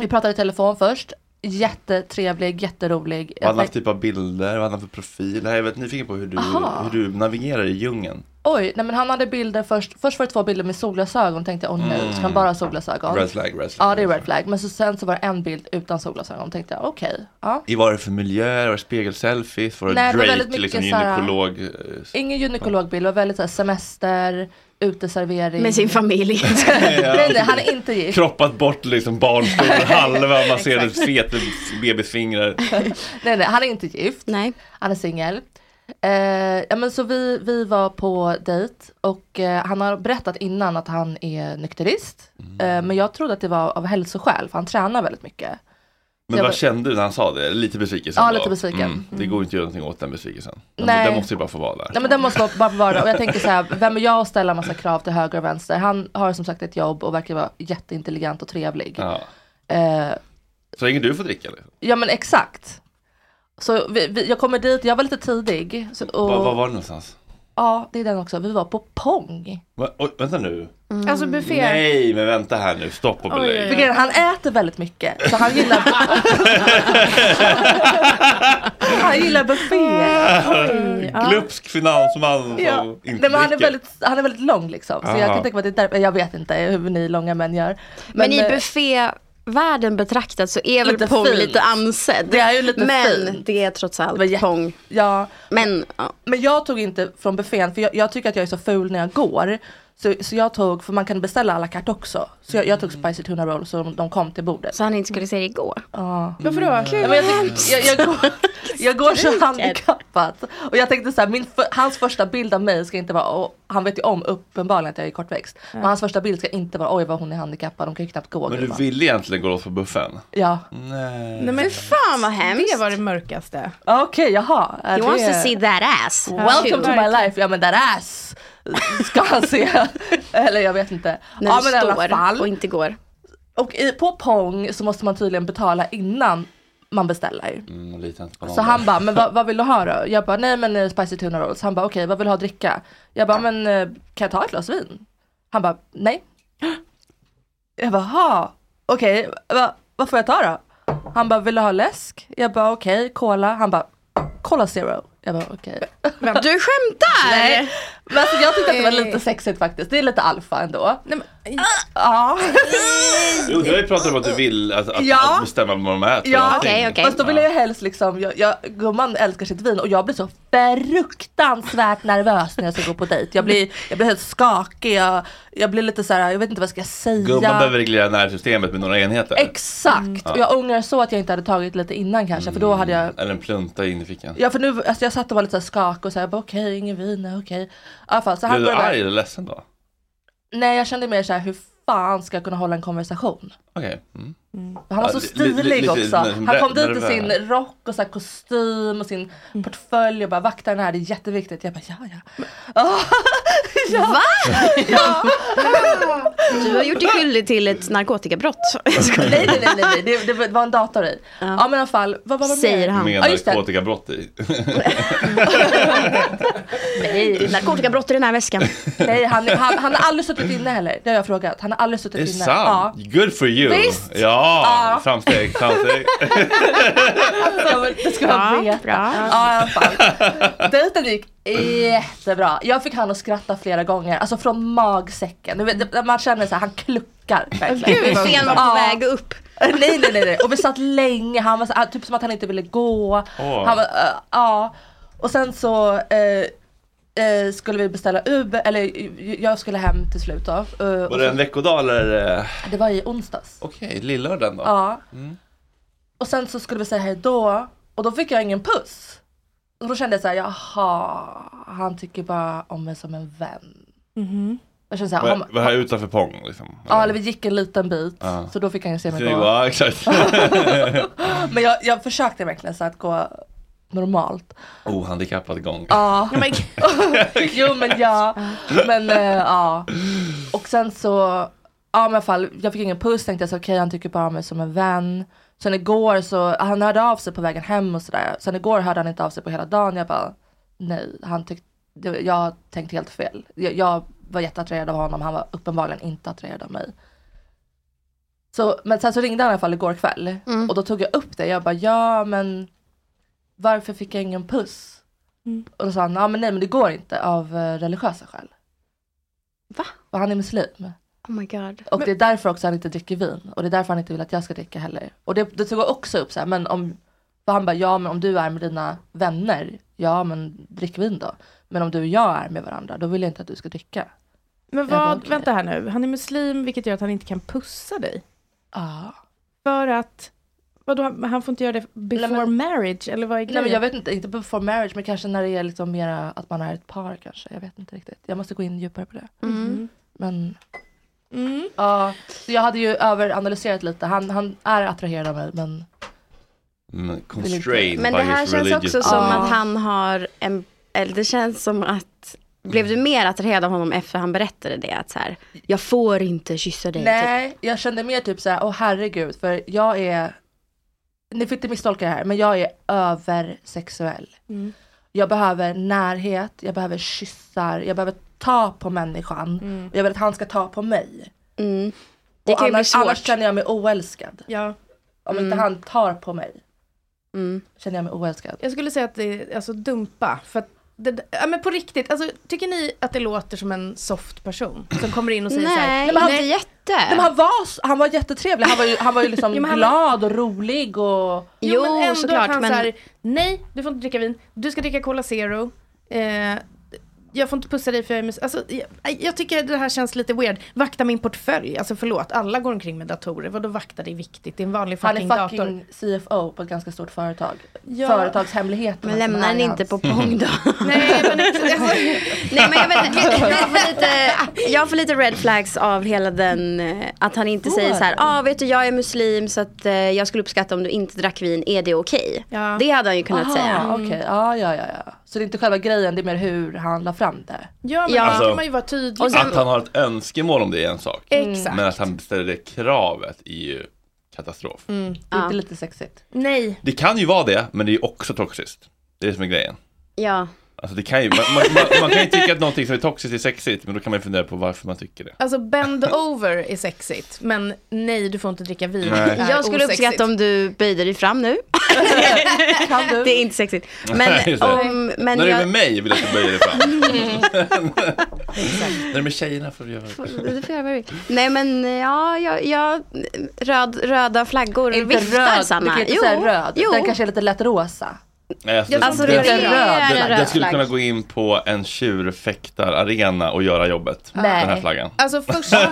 Vi pratade i telefon först, jättetrevlig, jätterolig. Vad hade han för typ av bilder? Vad hade han för profil? Jag är väldigt nyfiken på hur du, Aha. hur du navigerar i djungeln. Oj, nej men han hade bilder först, först var det två bilder med solglasögon, tänkte jag åh nu, ska han bara ha solglasögon? Mm. Red flag, red flag. Ja det är red flag, men så sen så var det en bild utan solglasögon, tänkte jag okej, ja. I vad är det för miljöer? Var det spegelselfies? Var det Nej, det var Drake, väldigt mycket liksom så här- gynekolog? eh, s- Ingen gynekologbild, det var väldigt så här, semester, uteservering. Med sin familj. nej, nej, han är inte gift. Kroppat bort liksom barnstolen halva, man ser hennes feta bebisfingrar. Nej, nej, han är inte gift. Nej. Han är singel. Eh, ja, men så vi, vi var på dejt och eh, han har berättat innan att han är nykterist. Eh, men jag trodde att det var av hälsoskäl för han tränar väldigt mycket. Men Jag bara- vad kände du när han sa det? Lite besvikelsen? Ja, då? Mm. lite besviken. Mm. Det går inte att göra någonting åt den besvikelsen. Den, Nej. den måste ju bara få vara där. Nej men den måste vara- bara vara och jag tänker så här, vem är jag att ställa massa krav till höger och vänster? Han har som sagt ett jobb och verkar vara jätteintelligent och trevlig. Ja. Eh, Så länge du får dricka liksom. ja men exakt. Så vi, vi, jag kommer dit, jag var lite tidig. Så, och, Var, var var det någonstans? Ja, det är den också. Vi var på Pong. Va, oj, vänta nu. Alltså buffé. Nej, men vänta här nu. Stopp och belägg. Oj, oj, oj. Grejen är, Han äter väldigt mycket, så han gillar Han gillar bufféer. Glupsk finansman Ja. som Nej, inte men han, är dricker. väldigt, han är väldigt lång liksom. Så jag Ah. kan tänka mig att det är därför, jag vet inte hur ni långa män gör. Men, i eh, buffévärlden betraktat så är väl Lite Pong fint. lite ansedd. Det är ju lite Men fint. det är trots allt Men jä- Pong. ja, Men ja. men jag tog inte från buffén för jag, jag tycker att jag är så ful när jag går. Så, så jag tog, för man kan beställa alla carte också. Så jag, jag tog spicy tuna rolls så de, de kom till bordet. så han inte skulle se det gå. Varför då? Mm. Ja, men jag, tyck- jag, jag, går, jag går så handikappat. Och jag tänkte så här, min för, hans första bild av mig ska inte vara, och han vet ju om uppenbarligen att jag är kortväxt. Men hans första bild ska inte vara, oj vad hon är handikappad, hon kan ju knappt gå. Men du gumman." ville egentligen gå loss på buffen? Ja, Nej. Nej, men Fan vad hemskt. det var det mörkaste. Ja, okej jaha. Ja, He det wants to är- see that ass. Welcome to my Verkligen. life, ja men that ass ska han se. Eller jag vet inte. När ja du men i alla står och fall. inte går. Och i, på Pong så måste man tydligen betala innan man beställer. Mm, lite inte på någon Så där. han bara, men vad, vad vill du ha då? Jag bara, nej men eh, spicy tuna rolls. Han bara, okej vad vill du ha att dricka? Jag bara, men eh, kan jag ta ett glas vin? Han bara, nej. Jag bara, ha, okej, va, vad får jag ta då? Han bara, vill du ha läsk? Jag bara, okej, cola. Han bara, cola zero. Jag bara, okej. Mm, Du skämtar! Nej. Men alltså, jag tyckte att det var lite sexigt faktiskt. Det är lite alfa ändå. Ah. Nej, men, Ja, Jo, du har ju pratat om att du vill att, att, Ja. att bestämma vad de äter. Ja. och allting. Okej, okej. fast då vill jag helst liksom, jag, jag, gumman älskar sitt vin och jag blir så fruktansvärt nervös när jag ska gå på dejt. Jag blir, jag blir helt skakig, jag, jag blir lite så här, jag vet inte vad jag ska säga. Gumman behöver Mm. reglera närsystemet med några enheter. Exakt! Och jag ångrar så att jag inte hade tagit lite innan kanske för då Mm. hade jag Eller en plunta in i fickan. Ja för nu, alltså jag satt och var lite så här skakig och så här, jag bara okej, ingen vin, nej, okej. I alla fall, så han Blev du började, arg eller ledsen då? nej jag kände mer så här, hur fan ska jag kunna hålla en konversation? Okej. Mm. Han var Ja, så li- li- stilig lite också. ner- Han kom dit i nervös. sin rock och så här kostym och sin portfölj och bara vakta den här, det är jätteviktigt. Jag bara ja ja. Va? Du har gjort dig skyldig till ett narkotikabrott. nej nej nej, nej, nej. Det, det var en dator i. Ja, men i alla fall, vad var det Säger mer? han. Med Ja, just det. narkotikabrott i. Nej. Narkotikabrott i den här väskan. Nej, han, han, han har aldrig suttit inne heller. Det har jag frågat. Han har aldrig suttit Det är inne. sant. Good for you. Visst? Ja, Ja. framsteg, framsteg. Ja. Det ska man veta. Bra. Ja, i alla fall. Dejten gick jättebra. Jag fick han att skratta flera gånger, alltså från magsäcken. Du vet, det- Man känner så här, han kluckar verkligen. Gud, scenen var på Ja. väg upp. Nej, nej, nej, nej. Och vi satt länge, han var så, här, typ som att han inte ville gå. Åh. Han var, eh, ja. Och sen så eh, eh, skulle vi beställa Uber, eller eh, jag skulle hem till slut då. Eh, Var och det så, en veckodag eller? eh, det var i onsdags. Okej, lillördagen då? Ja. Mm. Och sen så skulle vi säga hej då och då fick jag ingen puss. Och då kände jag så här, jaha, han tycker bara om mig som en vän. Jag kände så här, Var, om, var här utanför Pong liksom? ja eller vi gick en liten bit, Ja. så då fick han ju se mig Snygg, gå. va? exakt. Men jag, jag försökte verkligen så att gå normalt. Ohandikappad gång. Ja. jo men ja. Men eh, ja. Och sen så, ja men i alla fall, jag fick ingen puss tänkte jag så okej han tycker bara om mig som en vän. Sen igår så, han hörde av sig på vägen hem och sådär. Sen igår hörde han inte av sig på hela dagen. Jag bara, nej, han tyckte, det- jag tänkte helt fel. Jag, jag var jätteattraherad av honom, han var uppenbarligen inte attraherad av mig. Så, men sen så ringde han i alla fall igår kväll och då tog jag upp det. Jag bara, ja men varför fick jag ingen puss? Mm. Och då sa han, ja men nej men det går inte av eh, religiösa skäl. Va? Och han är muslim. Oh my god. Och det är därför också han inte dricker vin. Och det är därför han inte vill att jag ska dricka heller. Och det, det tog jag också upp så här, men om, för han bara, ja men om du är med dina vänner, ja men drick vin då. Men om du och jag är med varandra, då vill jag inte att du ska dricka. Men Jag bara, vad, okej. vänta här nu, han är muslim vilket gör att han inte kan pussa dig. Ja. För att, vadå, han- han får inte göra det before marriage, eller vad är Nej grejen? men jag vet inte, inte before marriage, men kanske när det är liksom mera att man är ett par kanske. Jag vet inte riktigt. Jag måste gå in djupare på det. Mm. Men Mm. ja, så jag hade ju överanalyserat lite. Han, han är attraherad av mig men Mm, Constrained Men by det här his känns religious också som belief. att han har en, eller det känns som att blev du mer attraherad av honom efter han berättade det? Att så här, jag får inte kyssa dig. typ. Nej, jag kände mer typ så här, åh herregud, för jag är, ni får inte misstolka det här, men jag är översexuell. Mm. Jag behöver närhet, jag behöver kyssar, jag behöver ta på människan. Mm. Och jag vill att han ska ta på mig. Mm. Det och kan ju bli annars, svårt. annars känner jag mig oälskad. Ja. Om Mm. inte han tar på mig Mm. känner jag mig oälskad. Jag skulle säga att det är alltså dumpa. För att det, ja, men på riktigt, alltså, tycker ni att det låter som en soft person som kommer in och säger så här, Nej, men han är jätte. Nej, men han, var, s- han var jättetrevlig, han var ju, han var ju liksom Jo, men han- glad och rolig och... Jo, men ändå att han men- så här, nej, du får inte dricka vin, du ska dricka Cola Zero. Eh, jag får inte pussa dig för jag är mus- alltså, jag, jag tycker det här känns lite weird. Vakta min portfölj, alltså förlåt, alla går omkring med datorer. Vadå vakta, det är viktigt, det är en vanlig Han fucking, är fucking dator. CFO på ett ganska stort företag. Ja. Företagshemligheterna Men som lämnar är den i inte hans- på pong då? Nej, men, alltså, Nej men jag vet inte, jag får, lite, jag får lite red flags av hela den, eh, att han inte säger så här, ja ah, vet du jag är muslim så att eh, jag skulle uppskatta om du inte drack vin, är det okej? Ja. Det hade han ju kunnat Aha, säga. Okej, ja, ja, ja, ja. Så det är inte själva grejen, det är mer hur han la fram det. ja, men Ja. då Alltså, kan man ju vara tydlig. Mm. Att han har ett önskemål om det är en sak. Exakt. Men att han ställer det kravet är ju katastrof. Det är inte lite sexigt. Mm. Nej, Det kan ju vara det, men det är ju också toxiskt. Det är det som är grejen. Ja. Alltså det kan ju, man, man, man, man kan ju tycka att någonting som är toxiskt är sexigt, men då kan man ju fundera på varför man tycker det. alltså bend over är sexigt, men nej, du får inte dricka vin. Nej. är Jag skulle osexigt. uppskatta om du böjde dig fram nu. Kan du? Det är inte sexigt. Nej, Men just det. om, men När det är jag, med mig vill jag att du böjer dig fram. När det är med tjejerna får du göra det. du får göra vad du vill. Nej men eh, ja, jag, jag röd, röda flaggor Inte viftar röd, du Sanna. kan ju inte säga röd. Jo. Den kanske är lite lätt rosa. Nej, alltså, Alltså, det, det är det, en röd det skulle flagg. kunna gå in på en tjurfäktararena och göra jobbet. Den här Nej. flaggan. Alltså första,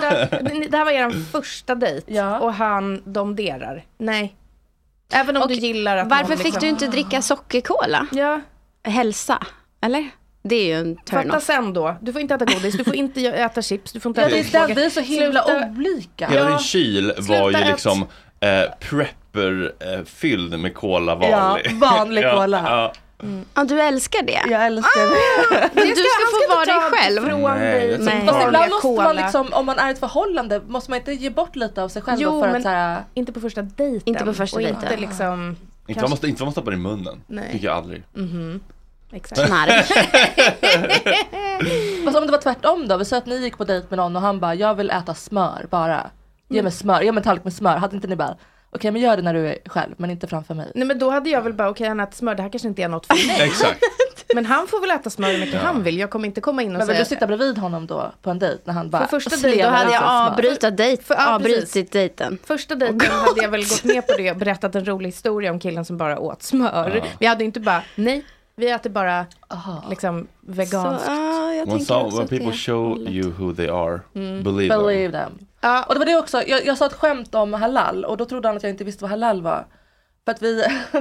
det här var er första dejt Ja. och han domderar. Nej. Även om Och du gillar att Varför någon fick liksom- du inte dricka sockerkola? Ja, Hälsa, eller? Det är ju en fatta turn-off. sen då. Du får inte äta godis, du får inte gö- äta chips, du får inte Ja, äta det är, den, ostbågar. vi är så himla Sluta- olika. Hela Ja. din kyl var Sluta ju ät. liksom eh, prepper-fylld med cola Ja, vanlig. vanlig cola. Ja, Ja, du älskar det. Jag älskar det. Men du ska han få inte vara dig ta själv. Från Nej, dig. jag tycker Nej. Fast Vanliga Ibland måste cola. man liksom, om man är i ett förhållande, måste man inte ge bort lite av sig själv Jo, då för men- att så här, Inte på första dejten. Inte på första och dejten. Inte liksom... Inte vad man, stop- inte vad man stoppar i munnen. Nej. Mhm. mm. Tycker jag aldrig. Mm. Exakt. Knark. Fast om det var tvärtom då? Vi säger att ni gick på dejt med någon och han bara, jag vill äta smör bara. Ge Mm. mig smör, ge mig en tallrik med smör. Hade inte ni bara, okej men gör det när du är själv, men inte framför mig. Nej men då hade jag väl bara, okej han äter smör, det här kanske inte är något för mig. Exakt. Men han får väl äta smör hur mycket Ja. han vill. Jag kommer inte komma in och Men vill säga... du sitta bredvid honom då på en dejt när han bara För första slevar dejten Då hade i jag sig smör? avbrytat dejt, För- ja, precis. avbrutit dejten. Första dejten hade jag väl gått med på det och berättat en rolig historia om killen som bara åt smör. Ja. Vi hade ju inte bara, nej, vi äter bara liksom veganskt. Så, ah, When, jag tänker some, också when att people det- show you who they are, believe, Mm. Believe them. them. Ja. Och det var det också, jag, jag sa ett skämt om halal och då trodde han att jag inte visste vad halal var. För att vi,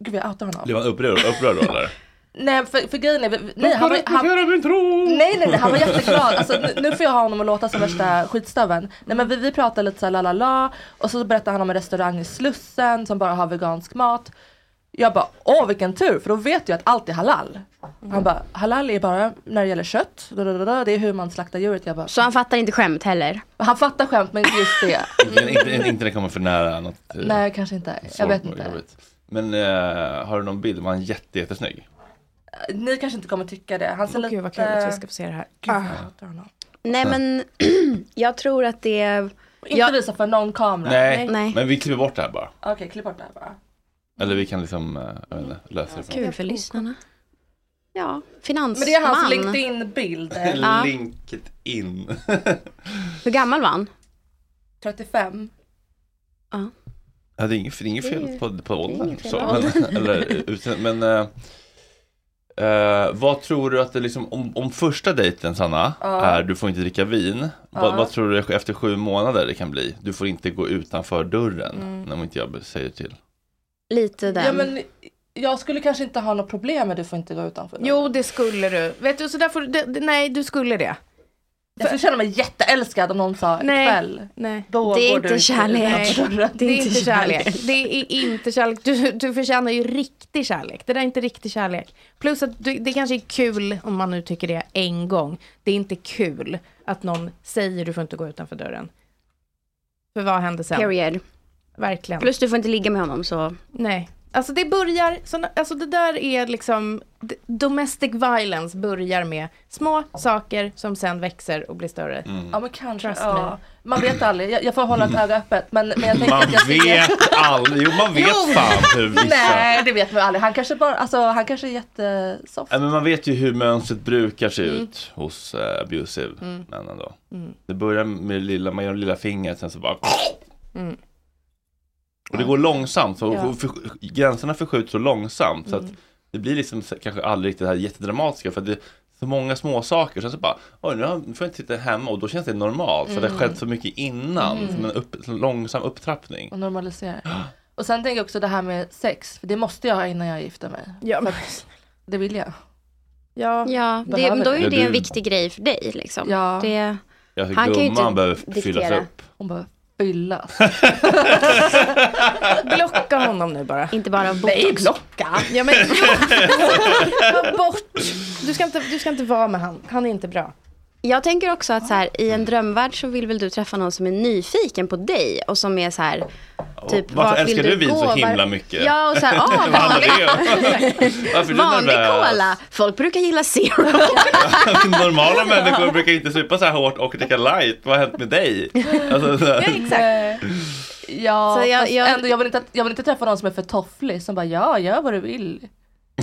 gud jag outar honom. Blev han upprörd, upprörd då eller? Nej för, för grejen är, vi- vi- nej han var, han, nej, nej nej han var jätteglad. Alltså, nu, nu får jag ha honom att låta som värsta skitstöven. Nej men vi, vi pratade lite såhär la la la och så berättade han om en restaurang i Slussen som bara har vegansk mat. Jag bara, åh vilken tur för då vet jag att allt är halal. Han bara, halal är bara när det gäller kött, da, da, da, da, det är hur man slaktar djuret. Jag bara, Så han fattar inte skämt heller. han fattar skämt men inte just det. Men inte, inte det kommer för nära något. eh, Nej kanske inte, så jag vet inte. jobbigt. Men eh, har du någon bild? Var han jätte, jättesnygg? Ni kanske inte kommer tycka det. Han ser Åh, lite... Gud vad kul att vi ska få se det här. Gud, jag hatar honom. Nej men jag tror att det är... Inte visa för någon kamera. Nej. Nej. Men vi klipper bort det här bara. Okej, klipp bort det här bara. Eller vi kan liksom, eh, jag vet inte, lösa det. på- Kul för lyssnarna. Ja, finansman. Men det är hans LinkedIn-bild. eh, Ja. Linket in. Hur gammal var han? 35. Ja, det är inget, det är inget fel på, på åldern. inget fel Så, på men, eller, utan- men eh, eh, vad tror du att det liksom, om, om första dejten Sanna, Ja. är du får inte dricka vin. Vad, Ja. vad tror du efter sju månader det kan bli? Du får inte gå utanför dörren, när inte jag säger till. Lite den. Ja, men jag skulle kanske inte ha något problem med du får inte gå utanför. den. Jo, det skulle du. Vet du, så där får du, det- det- nej, du skulle det. Jag skulle känna mig jätteälskad om någon sa Nej. ikväll. Nej. Då Det är går inte du kärlek. utanför dörren. Det är inte kärlek. Det är inte kärlek. Du, du förtjänar ju riktig kärlek. Det där är inte riktig kärlek. Plus att du, det kanske är kul, om man nu tycker det en gång. Det är inte kul att någon säger du får inte gå utanför dörren. För vad händer sen? Period. Verkligen. Plus du får inte ligga med honom så. Nej. Alltså det börjar, såna- alltså det där är liksom, d- domestic violence börjar med små saker som sen växer och blir större. Mm. Ja men kanske. Trust me. Ja. Man vet aldrig. Jag, jag får hålla ett öga öppet. Men, men jag tänker Man att jag ska ge- vet aldrig, jo man vet Jo. fan hur vissa Nej det vet man aldrig. Han kanske bara, alltså han kanske är jättesoft. Ja, men man vet ju hur mönstret brukar se Mm. ut hos eh, abusive män ändå. Det börjar med det lilla, man gör det lilla fingret, sen så bara Och det går långsamt, så Ja. Mm. för, gränserna förskjuts så långsamt så att det blir liksom så- kanske aldrig riktigt det här jättedramatiska för att det är så många små saker sen så bara Oj, nu har- nu får jag inte sitta hemma och då känns det normalt för Mm. det har skett så mycket innan, som en upp, som en långsam upptrappning. Och normaliserar. Och sen tänker jag också det här med sex. För det måste jag ha innan jag gifter mig. Ja, men, Det vill jag. ja. Ja, det, Behöver men då är ju det. det Ja, en du- viktig grej för dig liksom. Ja. Det, Jag tycker Han kan ju inte gumman behöver diktera. fyllas upp. Hon bara fyllas. blocka honom nu bara. inte bara botox. blocka! Ja, men, ta bort. Du ska, inte, du ska inte vara med han. Han är inte bra. Jag tänker också att så här, i en drömvärld så vill väl du träffa någon som är nyfiken på dig och som är så här, typ Varför vart vill älskar du vin så gå? himla Var- mycket? Ja, och så här, ah, Vad handlar vanlig, det om? Varför är du vanlig nervös? cola. Folk brukar gilla zero. Normala människor brukar inte supa så här hårt och dricka light. Vad har hänt med dig? Alltså, så här. Exakt. Ja, Så jag- fast jag- ändå, jag, vill inte, att- jag vill inte träffa någon som är för tofflig som bara ja, gör vad du vill.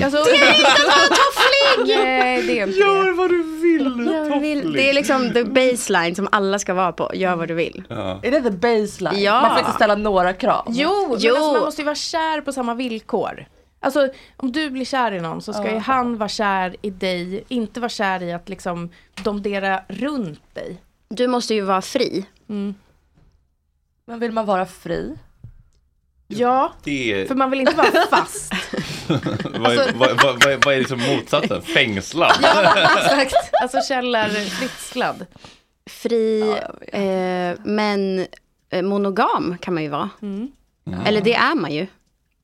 Alltså, det är inte tofflig! Nej, det är inte det. vad du vill. Jag vill- Det är liksom the baseline som alla ska vara på. Gör vad du vill. Ja. Är det the baseline? Ja. Man får inte ställa några krav. Jo, Jo. Men alltså, man måste ju vara kär på samma villkor. Alltså, om du blir kär i någon så ska ju han vara kär i dig, inte vara kär i att liksom domdera runt dig. Mm. Du måste ju vara fri. Men vill man vara fri? Ja, Det är, för man vill inte vara fast. vad, är, vad, vad, vad, är, vad är liksom motsatsen? Fängslad? Exakt. Alltså källarfritslad. Fri, eh, men eh, monogam kan man ju vara. Mm. Eller det är man ju.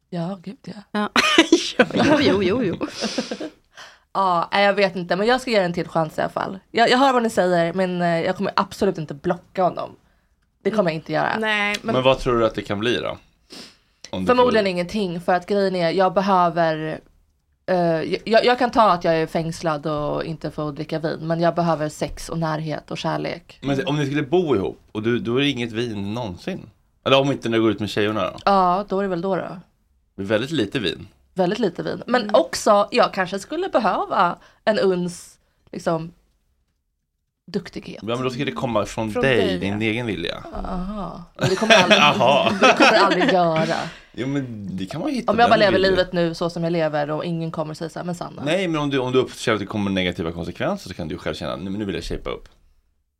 Ja, gud ja. Ja. jo, jo, jo, jo. Ja, nej, jag vet inte men jag ska ge den en till chans i alla fall. Jag, jag hör vad ni säger men eh, jag kommer absolut inte blocka honom. Det kommer jag inte göra. Nej, men, Men vad tror du att det kan bli då? Om du Förmodligen får- ingenting för att grejen är jag behöver eh, jag, jag kan ta att jag är fängslad och inte får dricka vin, men jag behöver sex och närhet och kärlek. Men om ni skulle bo ihop och du, då är det inget vin någonsin? Eller om inte när du går ut med tjejerna då? Ja, då är det väl då då. Det är väldigt lite vin. Väldigt lite vin. Men Mm. också, jag kanske skulle behöva en uns, liksom, duktighet. Ja, men då ska det komma från, Från dig, dig, din egen vilja. Aha. Men det kommer jag aldrig, Aha. det kommer jag aldrig göra. Jo men det kan man ju hitta. Om jag bara den lever viljan. livet nu så som jag lever och ingen kommer säga så här, men Sanna. Nej men om du, om du upplever att det kommer negativa konsekvenser så kan du ju själv känna, "Nu- nu vill jag shapea upp.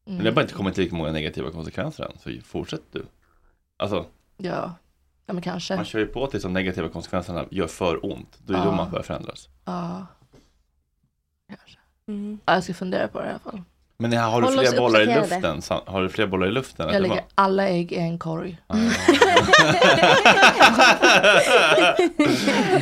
Men Mm. det har bara inte kommit lika många negativa konsekvenser än, så fortsätt du. Alltså, Ja. ja, men kanske. man kör ju på tills de negativa konsekvenserna gör för ont. Då är det då Ja. man börjar förändras. Ja. Kanske. Ja, jag ska fundera på det i alla fall. Men har du Håll oss fler bollar i uppdaterade. luften? San- Har du fler bollar i luften? Jag Att det lägger alla ägg i en korg. var-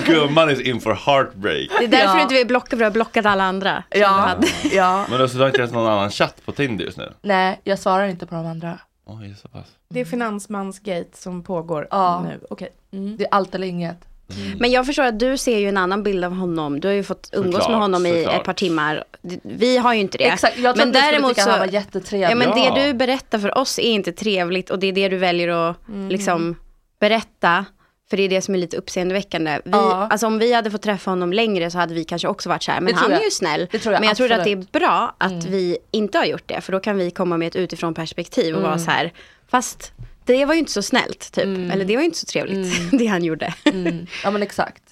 Gumman is in for heartbreak. Det är därför Ja. du inte vill blocka, för du har blockat alla andra. Ja, ja. Men alltså, du har inte ens någon annan chatt på Tinder just nu? Nej, jag svarar inte på de andra. Oj, så pass. Det är finansmansgate som pågår Ja. nu. Okej. Mm. Det är allt eller inget. Mm. Men jag förstår att du ser ju en annan bild av honom. Du har ju fått umgås Såklart, med honom i såklart. ett par timmar. Vi har ju inte det. Exakt, jag trodde men du skulle däremot tycka så... han var Ja, jättetrevlig. men Ja. det du berättar för oss är inte trevligt och det är det du väljer att liksom berätta. För det är det som är lite uppseendeväckande. Vi, Ja. Alltså om vi hade fått träffa honom längre så hade vi kanske också varit så här, men Det tror han jag. är ju snäll. Det tror jag men jag tror att det är absolut. bra att vi inte har gjort det, för då kan vi komma med ett utifrån perspektiv och vara så här, fast det var ju inte så snällt, typ. Eller det var ju inte så trevligt, det han gjorde. Mm. Ja, men exakt.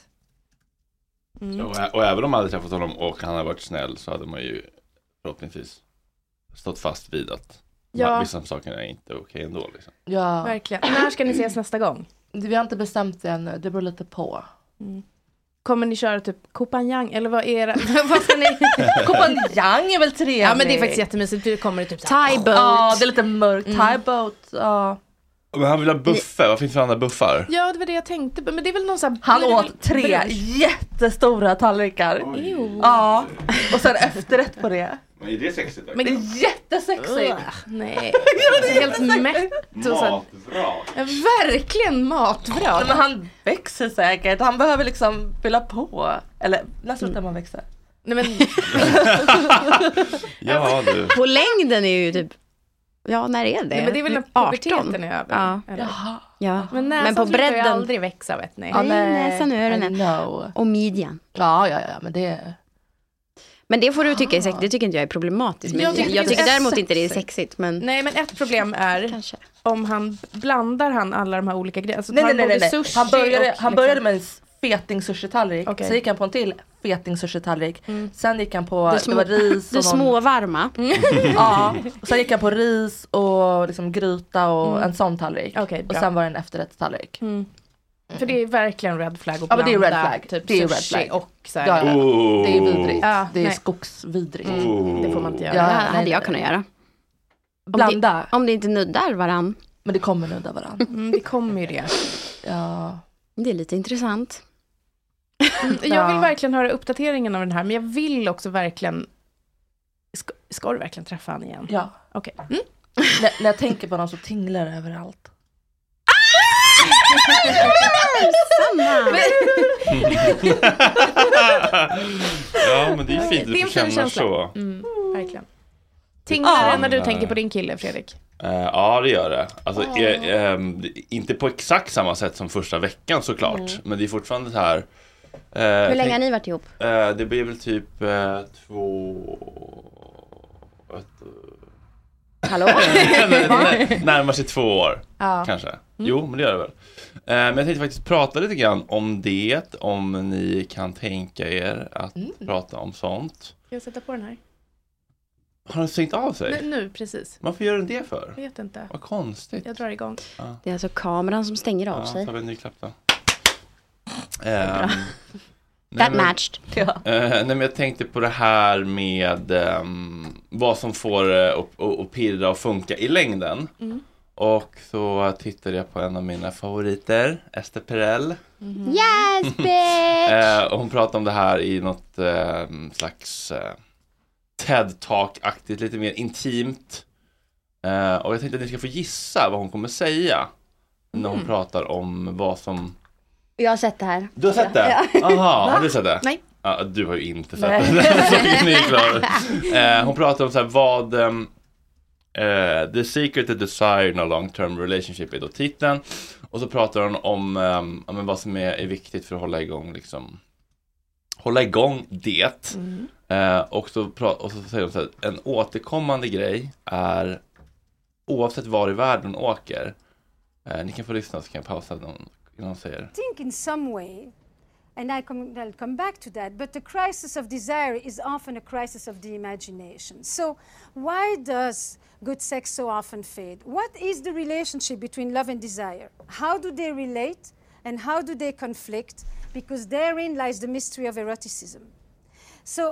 Och, ä- och även om man hade träffat honom och han hade varit snäll så hade man ju förhoppningsvis stått fast vid att Ja. vissa saker är inte okej ändå. Liksom. Ja. Verkligen. När ska ni ses nästa gång? Mm. Vi har inte bestämt det ännu, det beror lite på. Kommer ni köra typ Kopanjang eller vad är det? vad ska ni? Kopanjang är väl trevlig? ja men det är faktiskt jättemysigt. Du kommer i typ så här- Thai boat. Mm. Ja, det är lite mörkt. Thai boat, ja. Men han vill ha buffé, vad finns det för andra buffar? Ja det var det jag tänkte. Typ, Men det är väl någon sån här... Han det är väl åt tre brunch. jättestora tallrikar. Ja, och sen efterrätt på det. Men är det sexigt? Det är jättesexigt. Nej. Helt mätt och så. Matvrak! Verkligen Nej, men matvrak. han växer säkert, han behöver liksom fylla på. Eller när slutar man växa? Nej men Ja du. På längden är ju typ, ja när är det? Nej, men det är väl när 18. puberteten är över. Ja. Eller? Ja. Men näsan Men på slutar ju bredden. aldrig växa vet ni. Ja. nej, näsan och öronen. I know. Och midjan. Ja, ja, ja, men det... Ah. Men det får du tycka är sexigt, det tycker inte jag är problematiskt. Men Jag jag tycker tycker, det är sexigt. däremot inte det är sexigt. Men Nej men ett problem är kanske. om han blandar han alla de här olika grejerna. Alltså, Nej, tar nej, nej, både nej, nej. sushi Han började, och han liksom- började med en s- feting sushi-tallrik, Okej. Mm. sen gick han på en till feting sushi-tallrik, sen gick han på det små- var ris Det och någon, småvarma. ja, och sen gick han på ris och liksom gryta och en sån tallrik. Mm. Okej, och bra. Mm. sen var det en efterrättstallrik. liksom- För det är verkligen red flag att Ja, blanda men det är red flag. typ Det är red sushi flag. och så här. Ja, ja. Oh. Det är vidrigt, Ja, det är nej. skogsvidrigt. Oh. Det får man inte göra. det Ja, hade nej, jag nej. kunnat göra. Blanda, Om det inte nuddar varann. men det kommer nudda varandra. Mm, det kommer ju det. Ja. Det är lite intressant. Jag vill verkligen höra uppdateringen av den här men jag vill också verkligen Ska, ska du verkligen träffa han igen? ja. Okej. Mm. när, när jag tänker på honom så tinglar det överallt. Sanna! Ja men det är ju fint att du Det är en får fin känna känsla. så. Mm, verkligen. Tinglar det när du Ja. tänker på din kille Fredrik? Eh, ja det gör det. Alltså, eh, ehm, det- inte på exakt samma sätt som första veckan såklart. Men det är fortfarande så här. eh, Hur tänk- länge har ni varit ihop? Eh, det blir väl typ eh, två... Ett, Hallå? nej, nej, närmar sig två år Ja. kanske. Jo, men det gör det väl. Eh, men jag tänkte faktiskt prata lite grann om det, om ni kan tänka er att prata om sånt. Ska jag sätta på den här? Har de stängt av sig? Nu, nu precis. Varför gör den det för? Jag vet inte. Vad konstigt. Jag drar igång. Det är alltså kameran som stänger av Ja, sig. tar vi en ny klapp då. Ehm, nej, That men, matched. eh, nej men jag tänkte på det här med ehm, vad som får eh, att att- att pirra och funka i längden. Och så tittade jag på en av mina favoriter, Esther Perel. Yes bitch! Eh, och hon pratade om det här i något eh, slags eh, TED-talk-aktigt, lite mer intimt. Eh, och jag tänkte att ni ska få gissa vad hon kommer säga när Mm. hon pratar om vad som... Jag har sett det här. Du har sett det? Jaha, har du sett det? Nej. Ja, du har ju inte Nej. sett den. Så ni är klara. Eh, hon pratar om så här, vad ehm, eh, The Secret to Desire in a Long Term Relationship är då titeln. Och så pratar hon om ehm, ja, men vad som är, är viktigt för att hålla igång liksom hålla igång det. Eh, och, så pra- och så säger hon så här, en återkommande grej är oavsett var i världen hon åker. Eh, ni kan få lyssna så kan jag pausa någon, innan hon säger. think in some way, and I come, I'll come back to that, but the crisis of desire is often a crisis of the imagination. So, why does good sex so often fade? What is the relationship between love and desire? How do they relate and how do they conflict? Because therein lies the mystery of eroticism. So,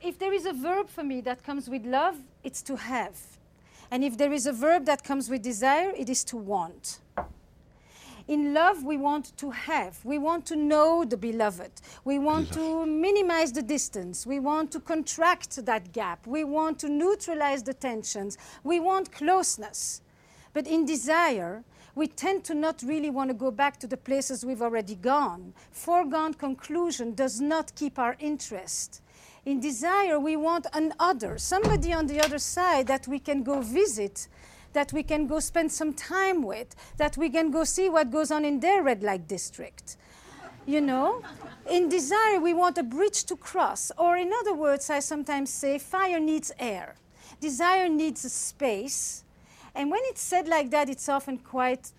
if there is a verb for me that comes with love, it's to have. And if there is a verb that comes with desire, it is to want. In love, we want to have. We want to know the beloved. We want to minimize the distance. We want to contract that gap. We want to neutralize the tensions. We want closeness. But in desire, we tend to not really want to go back to the places we've already gone. Foregone conclusion does not keep our interest. In desire, we want an other, somebody on the other side that we can go visit, that we can go spend some time with, that we can go see what goes on in their red light district. You know? In desire, we want a bridge to cross, or in other words, I sometimes say, fire needs air. Desire needs a space. And when it's said like that, it's often quite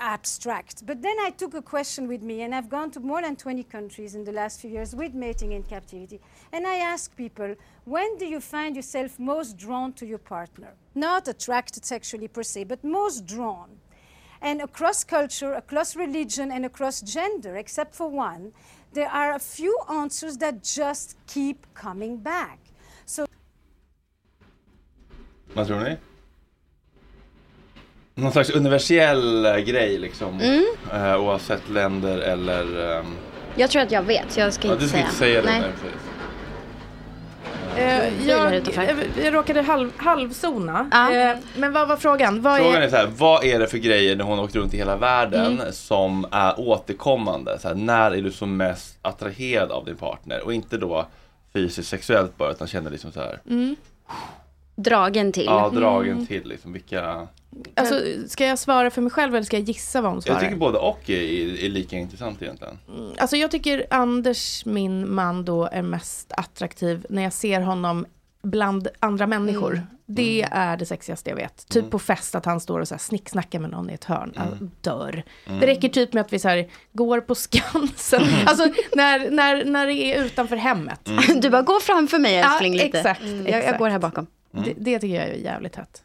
abstract. But then I took a question with me, and I've gone to more than 20 countries in the last few years with mating in captivity. And I ask people, when do you find yourself most drawn to your partner? Not attracted sexually per se, but most drawn. And across culture, across religion, and across gender, except for one, there are a few answers that just keep coming back. So Vad tror ni? Någon slags universell eh, grej liksom. Mm. Eh, oavsett länder eller... ehm, Jag tror att jag vet, jag ska ja, inte du ska säga. inte säga det. Nej. Nej, precis. Eh, bilar jag, utanför. jag- jag råkade halv, halvzona. Eh, men vad var frågan? Vad Frågan är så här, vad är det för grejer när hon åkt runt i hela världen Mm. som är återkommande? Så här, när är du som mest attraherad av din partner? Och inte då fysiskt sexuellt bara, utan känner liksom så här, Mm. Dragen till. Mm. ja, dragen till liksom, vilka... Alltså, ska jag svara för mig själv eller ska jag gissa vad hon svarar? Jag tycker både och är, är, är lika intressant egentligen. Mm, Alltså jag tycker Anders, min man då, är mest attraktiv när jag ser honom bland andra människor. Mm. Det är det sexigaste jag vet. Typ på fest att han står och så här snicksnackar med någon i ett hörn. Alltså, dör. Mm. Det räcker typ med att vi så här går på Skansen. Alltså när, när, när det är utanför hemmet. Mm. Du bara, gå framför mig älskling, ja, lite. Exakt, Mm. Jag- jag exakt. går här bakom. Mm. Det, det tycker jag är jävligt hett.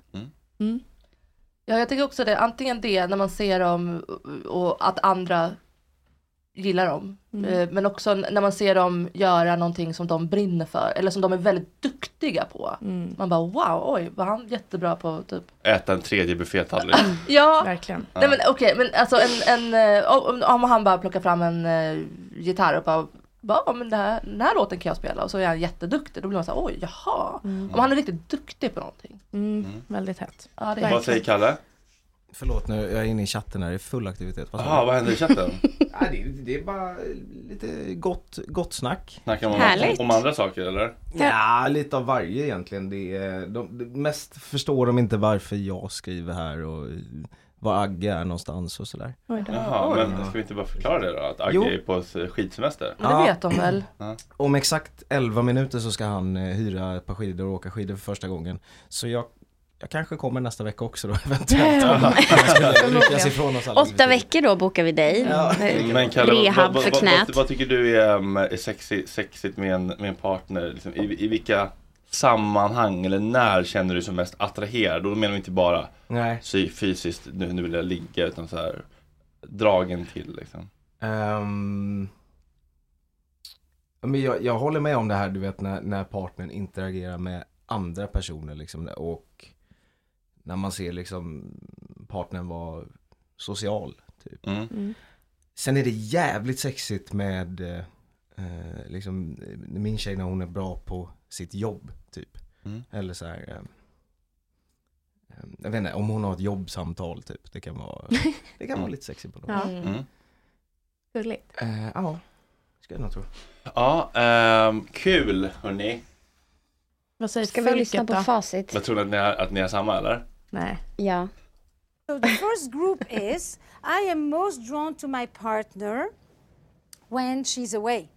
Ja, jag tycker också det. Antingen det, när man ser dem och att andra gillar dem. Mm. Eh, Men också n- när man ser dem göra någonting som de brinner för eller som de är väldigt duktiga på. Mm. Man bara wow, oj, var han jättebra på typ Äta en tredje buffétallrik. Ja, verkligen. Nej men okej, men alltså en, en, eh, om, om han bara plockar fram en eh, gitarr och bara, bara "Ja, men det här, den här låten kan jag spela och så är han jätteduktig, då blir man såhär oj, jaha. Om han är riktigt duktig på någonting. Mm, väldigt hett. Ja, det är Vad säger Kalle? Förlåt nu, jag är inne i chatten här, det är full aktivitet. sa Jaha, du? vad händer i chatten? Nej, det, är- det är bara lite Eh, gott, gott snack. Snackar man om, Härligt. om andra saker eller? Ja, lite av varje egentligen. Det är, de, de, mest förstår de inte varför jag skriver här och var Agge är någonstans och sådär. Oj då. Jaha, Oj. men ska vi inte bara förklara det då? Att Agge Jo. är på s- skidsemester? Men det vet de väl? Ja. Om exakt 11 minuter så ska han eh, hyra ett par skidor och åka skidor för första gången. Så jag, jag kanske kommer nästa vecka också då eventuellt. Damn. Om han skulle lyckas ifrån oss alla. Åtta veckor då bokar vi dig. Eh, Men Kalle, vad- Rehab vad, för vad, knät. Vad, vad tycker du är, um, är sexy, sexigt med en, med en partner? Liksom, i, I vilka sammanhang eller när känner du dig som mest attraherad? Och då menar vi inte bara Nej. psy- fysiskt, nu, nu vill jag ligga, utan så här dragen till liksom. Ehm, ja, men jag, jag håller med om det här du vet när, när partnern interagerar med andra personer liksom och när man ser liksom partnern vara social. Typ. Mm. Mm. Sen är det jävligt sexigt med eh, eh, liksom, eh, min tjej när hon är bra på sitt jobb typ. Mm. Eller så här eh, eh, jag vet inte, om hon har ett jobbsamtal typ. Det kan vara, det kan vara Mm. lite sexigt på något Ja. sätt. Mm. Gulligt. Eh, ja, ska jag nog tro. Ja, ehm, kul hörni. Vad säger Ska vi lyssna på folket då? facit? Jag tror att ni har, att ni har samma eller? Nej. Ja. So the first group is I am most drawn to my partner when she's away,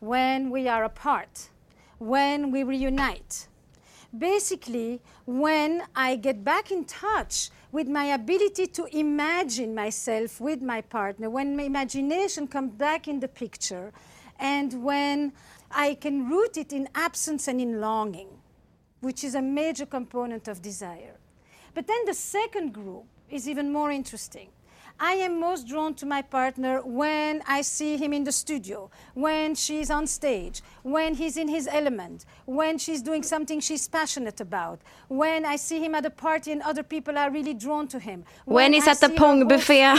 when we are apart, when we reunite. Basically, when I get back in touch with my ability to imagine myself with my partner, when my imagination comes back in the picture, and when I can root it in absence and in longing, which is a major component of desire. But then the second group is even more interesting. I am most drawn to my partner when I see him in the studio, when she's on stage, when he's in his element, when she's doing something she's passionate about, when I see him at a party and other people are really drawn to him. When he's I at the see her pong go buffet.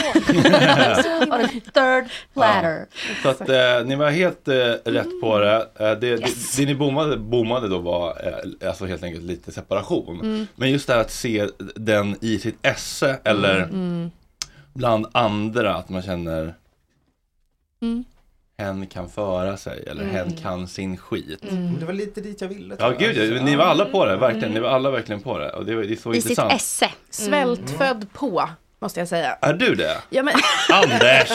forth. On a third platter. Så att eh, ni var helt eh, rätt Mm. på det. Eh, det, det. Det ni bommade, bommade då var eh, alltså helt enkelt lite separation. Mm. Men just det här att se den i sitt esse eller Mm. Mm. bland andra att man känner Mm. hen kan föra sig eller hen Mm. kan sin skit. Men Det var lite dit jag ville. Ja tror jag. gud, ja, ni var alla på det, verkligen. Mm. Ni var alla verkligen på det. Och det, var- det är så intressant. Mm. Svältfödd på, måste jag säga. Är du det? Ja, men... Anders!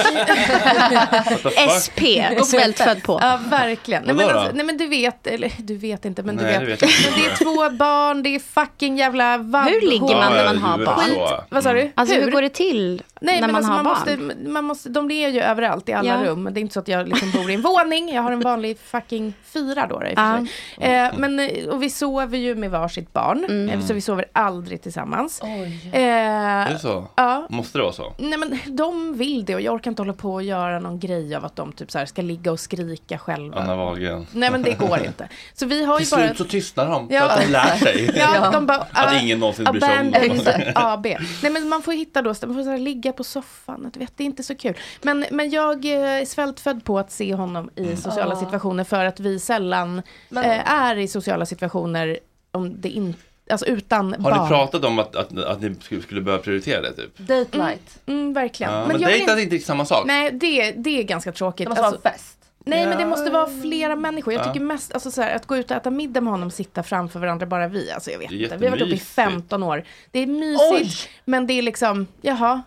SP och svältfödd på. Ja, verkligen. Nej Vadå men, då? alltså, nej men du vet, eller du vet inte, men Nej, det du vet vet. jag inte. men det är två barn, det är fucking jävla vabb. Hur ligger man när man har Ja, barn? så. Skit. Vad sa du? Alltså hur går det till Nej, när men man alltså, har man barn? Måste, man måste, de är ju överallt i alla Ja. rum. Det är inte så att jag liksom bor i en våning. Jag har en vanlig fucking fyra då. i och Ja. för sig. Eh, men, eh, och vi sover ju med varsitt barn. Mm. Eh, så vi sover aldrig tillsammans. Oj. Eh, Är det så? Ja. Måste det vara så? Nej men de vill det och jag orkar inte hålla på och göra någon grej av att de typ så här ska ligga och skrika själva. Anna Wahlgren. Nej men det går inte. Så vi har ju Till bara... slut så tystnar de Ja. för att de lär sig. Ja, de bara, att ah, ingen någonsin bryr sig om abandon- dem. Exakt, AB. Nej men man får hitta då, man får så här, ligga på soffan, du vet, det är inte så kul. Men, men jag eh, är svältfödd på att se honom Mm. i sociala Ja. situationer för att vi sällan Ah. Men- eh, är i sociala situationer om det inte, alltså utan Har barn. ni pratat om att, att, att ni skulle- skulle börja prioritera det typ? Date night. Mm, mm, verkligen. Ja, men jag vill dejta är inte riktigt samma sak. Nej, det, det är ganska tråkigt. Det måste vara en fest. Nej, men det måste vara flera människor. Jag Ja. tycker mest, alltså så här, att gå ut och äta middag med honom, sitta framför varandra, bara vi. Alltså jag vet Det är inte. Vi har varit uppe i jättemysigt. 15 år. Det är mysigt, men det är liksom, jaha.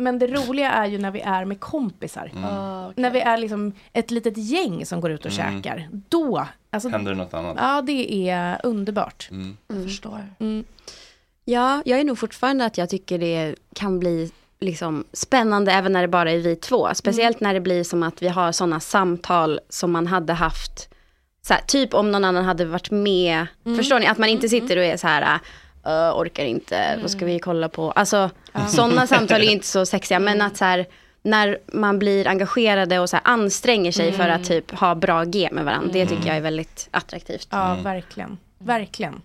Men det roliga är ju när vi är med kompisar. Mm. Ah, När vi är liksom ett litet gäng som går ut och Mm. käkar. Då, alltså, Händer det något annat? ja det är underbart. Mm. Förstår. Mm. Ja, jag är nog fortfarande att jag tycker det kan bli liksom spännande även när det bara är vi två. Speciellt Mm. när det blir som att vi har sådana samtal som man hade haft, så här, typ om någon annan hade varit med. Mm. Förstår ni? Att man inte sitter och är så här, "Ö, Mm. orkar inte, vad ska vi kolla på? Alltså sådana samtal är ju inte så sexiga, men att så här, när man blir engagerade och så här anstränger sig för Mm. att typ ha bra G med varandra. Det Mm. tycker jag är väldigt attraktivt. Ja, Mm. verkligen. Verkligen.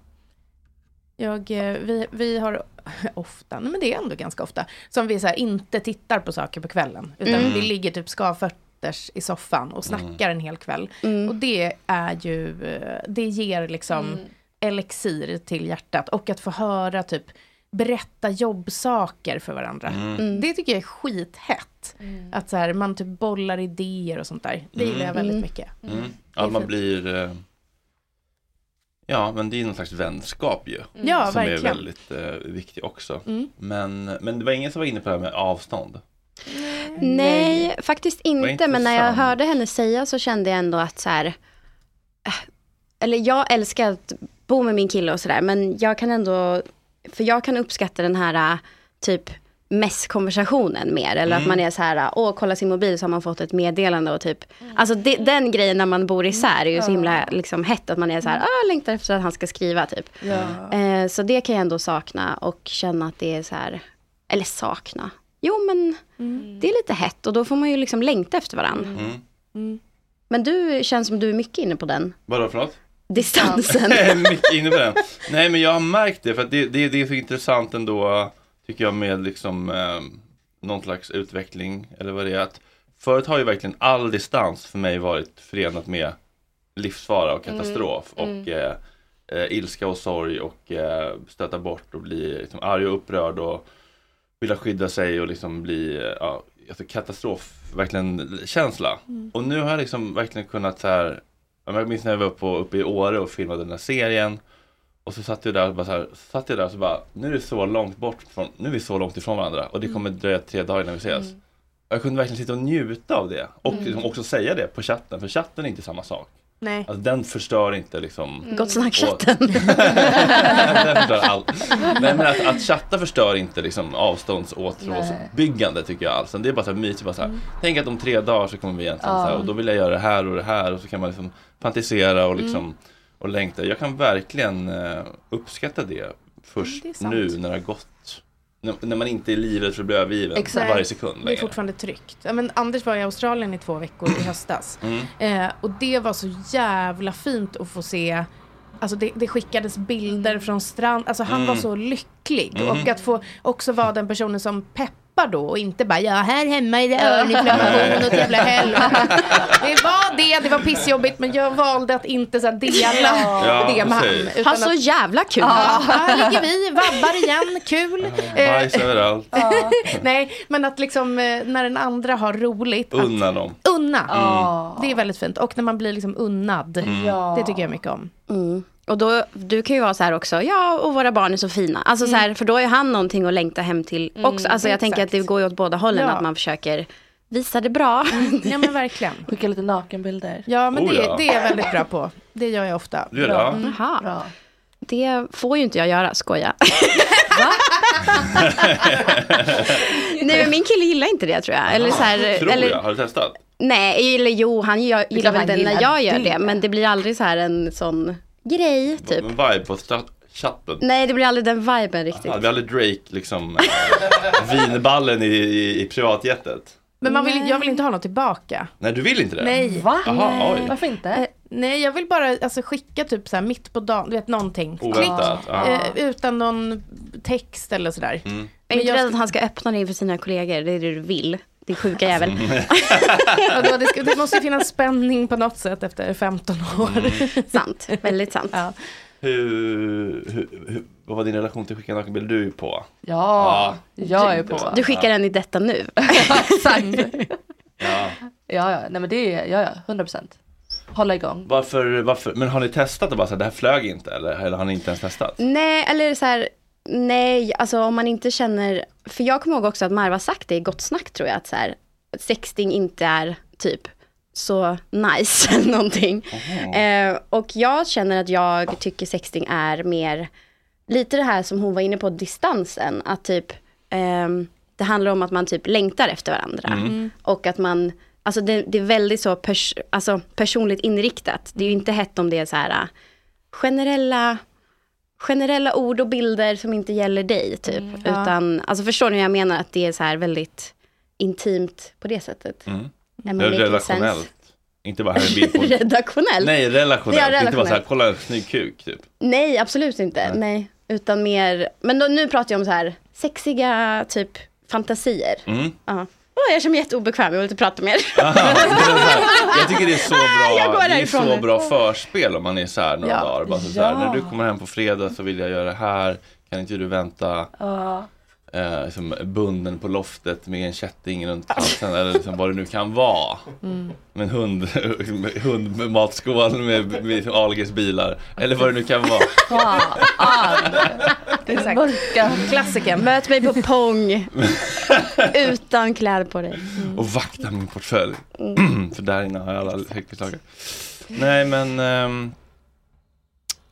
Jag, eh, vi, vi har ofta, nej men det är ändå ganska ofta, som vi så här inte tittar på saker på kvällen. Utan Mm. vi ligger typ skavfötters i soffan och snackar en hel kväll. Mm. Och det är ju, eh, det ger liksom Mm. elixir till hjärtat. Och att få höra typ, berätta jobbsaker för varandra. Mm. Mm. Det tycker jag är skithett. Att så här, man typ bollar idéer och sånt där. Det gillar Mm. jag väldigt Mm. mycket. Mm. Ja, man blir... eh, Ja, men det är någon slags vänskap ju. Mm. Ja, som är verkligen. väldigt eh, viktig också. Mm. Men, men det var ingen som var inne på det här med avstånd. Nej, faktiskt inte. Men när jag intressant. hörde henne säga så kände jag ändå att så här, eh, eller jag älskar att bo med min kille och sådär, men jag kan ändå, för jag kan uppskatta den här eh, typ mess-konversationen mer. Eller att Mm. man är så här, eh, åh, kolla sin mobil så har man fått ett meddelande och typ, alltså det, den grejen när man bor isär är ju så himla liksom hett att man är så här, ah, längtar efter att han ska skriva typ. Ja. Eh, så det kan jag ändå sakna och känna att det är så här, eller sakna. Jo men Mm. det är lite hett och då får man ju liksom längta efter varandra. Mm. Men du känns som du är mycket inne på den Vadå för något? distansen. Mycket inne på den. Nej, men jag har märkt det för att det, det, det är så intressant ändå, tycker jag, med liksom eh, någon slags utveckling eller vad det är. Att förut har ju verkligen all distans för mig varit förenat med livsfara och Mm, katastrof mm. och eh, eh, ilska och sorg och eh, stöta bort och bli liksom, arg och upprörd och vilja skydda sig och liksom bli eh, ja, alltså katastrof, verkligen känsla. Mm. Och nu har jag liksom verkligen kunnat så här, ja, men jag minns när jag var uppe, på, uppe i Åre och filmade den här serien och så satt jag där och bara så här, så satt jag där och så bara, nu är det så långt bort från, nu är vi så långt ifrån varandra och det kommer dröja tre dagar innan vi ses. Jag kunde verkligen sitta och njuta av det och Mm. liksom också säga det på chatten, för chatten är inte samma sak. Nej. Alltså den förstör inte liksom Gott snack-chatten. den förstör allt. Nej men att, att chatta förstör inte liksom avstånds och åtrådsbyggande tycker jag alls. Det är bara så här mysigt, bara så här, tänk att om tre dagar så kommer vi egentligen så här, Ja. och då vill jag göra det här och det här och så kan man liksom fantisera och liksom Mm. och längta. Jag kan verkligen eh, uppskatta det först det är sant. nu när det har gått. När, när man inte är livrädd för att bli övergiven varje sekund Det är längre. fortfarande tryggt. Ja, Men Anders var i Australien i två veckor i höstas. Mm. Eh, och det var så jävla fint att få se. Alltså det, det skickades bilder från strand. Alltså han Mm. var så lycklig. Mm. Och att få också vara den personen som peppar då och inte bara ja här hemma är det Ja. öroninflammation Nej. och ett jävla helvete. Det var det, det var pissjobbigt men jag valde att inte så här dela Ja, det med precis. honom. utan Ha så att- jävla kul. Ja, här ligger vi, vabbar igen, kul. Eh, Bajs överallt. Nej, men att liksom eh, när den andra har roligt. Att Unna dem. unna. Mm. Det är väldigt fint. Och när man blir liksom unnad. Mm. Ja. Det tycker jag mycket om. Mm. Och då, du kan ju vara så här också, ja och våra barn är så fina. Alltså så här, för då är han någonting att längta hem till Mm, också. Alltså jag tänker att det går ju åt båda hållen Ja. att man försöker visa det bra. Ja men verkligen. Skicka lite nakenbilder. Ja men Oh, det, ja. det är jag väldigt bra på. Det gör jag ofta. Du gör det, ja. Mm. Jaha. Det får ju inte jag göra, skoja. Nej men min kille gillar inte det tror jag. Eller så här, Tror eller, jag, har du testat? Nej, eller jo, han gör, är klart gillar väl han den gillar när jag gör det. det. Men det blir aldrig så här en sån grej, typ. En vibe på sta- chatten. Nej, det blir aldrig den viben riktigt. Aha, vi hade Drake liksom eh, vinballen i, i, i privatjetet. Men man vill, jag vill inte ha något tillbaka. Nej, du vill inte det? Nej. Eh, Va? Jaha, Nej. oj. Varför inte? nej, jag vill bara alltså, skicka typ så här mitt på dagen, du vet någonting. Oväntat, ja. Eh, utan någon text eller sådär. Mm. Jag är inte jag rädd att han ska öppna det inför sina kollegor. Det är det du vill. Din sjuka jävel. Mm. Mm. Vadå, det, ska, det måste ju finnas spänning på något sätt efter 15 år. Mm. sant, väldigt sant. Ja. Hur, hur, hur, vad var din relation till skicka nakenbild? Du är på. Ja, jag är på. Du skickar den i detta nu. Ja. Ja, ja, nej men det är, ja, ja, 100 procent. Hålla igång. Varför, varför, men har ni testat och bara så här, det här flög inte eller, eller har ni inte ens testat? Nej, eller så här, nej, alltså om man inte känner, för jag kommer ihåg också att Marva sagt det i Gott Snack tror jag, att så här, att sexting inte är typ så nice eller någonting. Eh, och jag känner att jag tycker sexting är mer, lite det här som hon var inne på, distansen, att typ, ehm, det handlar om att man typ längtar efter varandra. Mm. Och att man, alltså det, det är väldigt så pers, alltså personligt inriktat. Det är ju inte hett om det är så här äh, generella, generella ord och bilder som inte gäller dig typ. Mm, ja. Utan, alltså förstår ni vad jag menar? Att det är så här väldigt intimt på det sättet. Mm. Ja, När man make it sense. Relationellt. Inte bara här en bild på... Redaktionellt? Nej, relationellt. Ja, Inte bara så här, relationellt. kolla en snygg kuk typ. Nej, absolut inte. Nej. Utan mer, men då, nu pratar jag om så här sexiga typ fantasier. Mm. Ja. Åh, jag känner mig jätteobekväm, jag vill inte prata mer. Jag tycker det är så Jag går bra, det är därifrån så nu. bra förspel om man är så här några Ja. dagar. Bara så Ja. här, när du kommer hem på fredag så vill jag göra det här. Kan inte du vänta? Ja. Eh, liksom bunden på loftet med en kätting runt halsen eller liksom vad det nu kan vara. Mm. Med en hund, hund med matskål med, med Ahlgrens bilar. Eller vad det nu kan vara. Fan. Exakt. Klassiken. Möt mig på Pong. Utan kläder på dig. Mm. Och vakta min portfölj. Mm. För där inne har jag alla högtidslagar. Nej men ehm,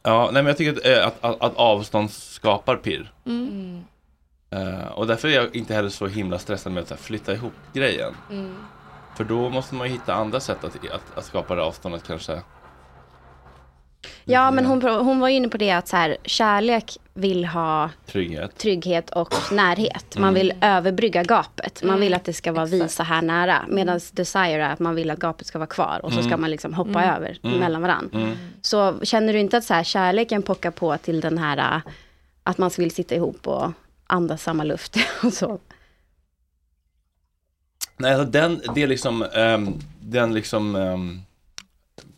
Ja, nej men jag tycker att, eh, att, att, att avstånd skapar pirr. Mm. Eh, och därför är jag inte heller så himla stressad med att så här, flytta ihop grejen. Mm. För då måste man ju hitta andra sätt att, att, att skapa det avståndet kanske. Ja, men hon, pro- hon var ju inne på det att så här, kärlek vill ha Trygghet. trygghet och närhet. Man Mm. vill överbrygga gapet. Man Mm. vill att det ska vara vi så här nära. Medan desire är att man vill att gapet ska vara kvar. Och så ska Mm. man liksom hoppa Mm. över Mm. mellan varann. Mm. Så känner du inte att så här, kärleken pockar på till den här äh, att man vill sitta ihop och andas samma luft och så. Nej, alltså den, det är liksom, ehm, den liksom ehm,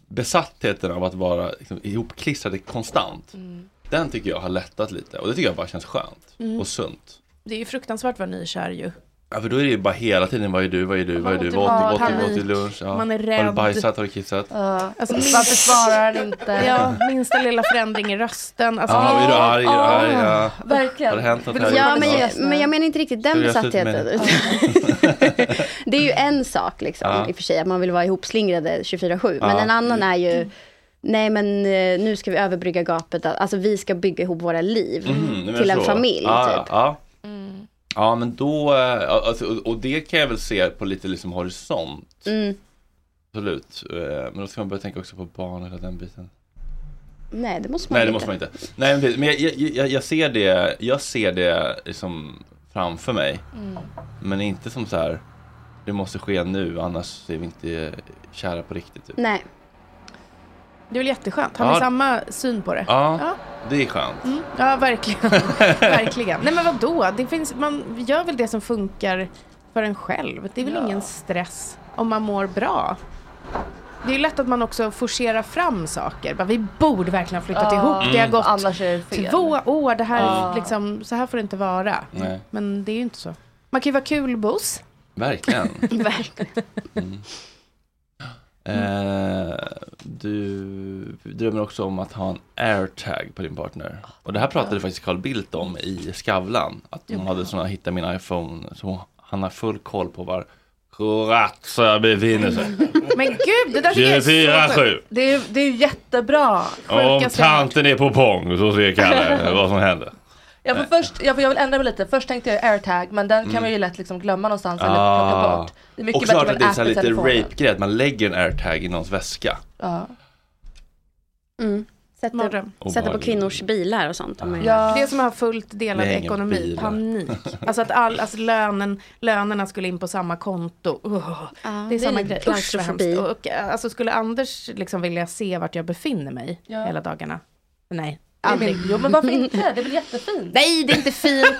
besattheten av att vara liksom, ihopklistrad Mm. konstant. Den tycker jag har lättat lite och det tycker jag bara känns skönt Mm. och sunt. Det är ju fruktansvärt vad nykär ju. Ja, för då är det ju bara hela tiden, vad är du, vad är du, vad är du, vad åt du, vad åt du, vad åt du lunch? Ja. Man är Har du rädd. bajsat, har du kissat? Alltså, Varför svarar han inte? Ja, minsta lilla förändring i rösten. Alltså, Ja, är du arg, är du Ah. arg? Ja. Verkligen. Har det hänt något? Vill här? du Ja, göra men det? Ja. jag, men jag menar inte riktigt den Hur jag sett besattheten. med det är ju en sak liksom, Ja. i och för sig, att man vill vara ihopslingrade 24-7. Men Ja. Mm. en annan är ju, nej men eh, nu ska vi överbrygga gapet, alltså vi ska bygga ihop våra liv Mm, men till en så. familj. Ja, typ. ja. ja, men då, eh, alltså, och- och det kan jag väl se på lite liksom horisont. Mm. Absolut, Eh, men då ska man börja tänka också på barn eller den biten. Nej, det måste man Nej, det inte. måste man inte. Nej, men precis. men jag, jag, jag, jag ser det, jag ser det liksom framför mig. Mm. Men inte som så här, det måste ske nu, annars är vi inte kära på riktigt. Typ. Nej. Det är väl jätteskönt. Har ni Ja. samma syn på det? Ja, det är skönt. Mm. Ja, verkligen. verkligen. Nej, men vadå? Det finns, man gör väl det som funkar för en själv. Det är väl ingen stress om man mår bra. Det är ju lätt att man också forcerar fram saker. Bara, vi borde verkligen ha flyttat Ja, ihop. Det har mm. gått Annars är det fel. två år. Det här, Ja. liksom, så här får det inte vara. Nej. Men det är ju Mm. inte så. Man kan ju vara kul buss. Verkligen. Verkligen. Mm. Eh, du drömmer också om att ha en airtag på din partner. Och det här pratade faktiskt Carl Bildt om i Skavlan. Att hon hade sådana, hitta min iPhone. Så han har full koll på var Kuratsa befinner Mm. sig. Men gud, det där tycker jag är så 24-7. sjukt. Det är, det är ju jättebra. Om Sjukaste jag hört. tanten är på pong så ser Kalle vad som händer. Ja, för först, ja, för jag vill ändra mig lite. Först tänkte jag airtag, men den kan man ju lätt liksom glömma någonstans eller plocka bort. Det är mycket Mm. Ah. och klart bättre med att det är så här en app i lite telefonen. rape-grej, att man lägger en airtag i någons väska. Ja. Mm. Sätta, sätta på Obehagligt. kvinnors bilar och sånt. om jag- Ja. Det som har fullt delad Nej, ingen ekonomi, Ah. bil. panik. Alltså att all, alltså lönen, lönerna skulle in på samma konto. Ugh. det det är är samma grej. lite Usch vad klaustrofobi. hemskt. Och, eh, alltså skulle Anders liksom vilja se vart jag befinner mig hela dagarna? Nej, Nej, men- aldrig. Jo, men varför inte? Det är väl jättefint? Nej, det är inte fint.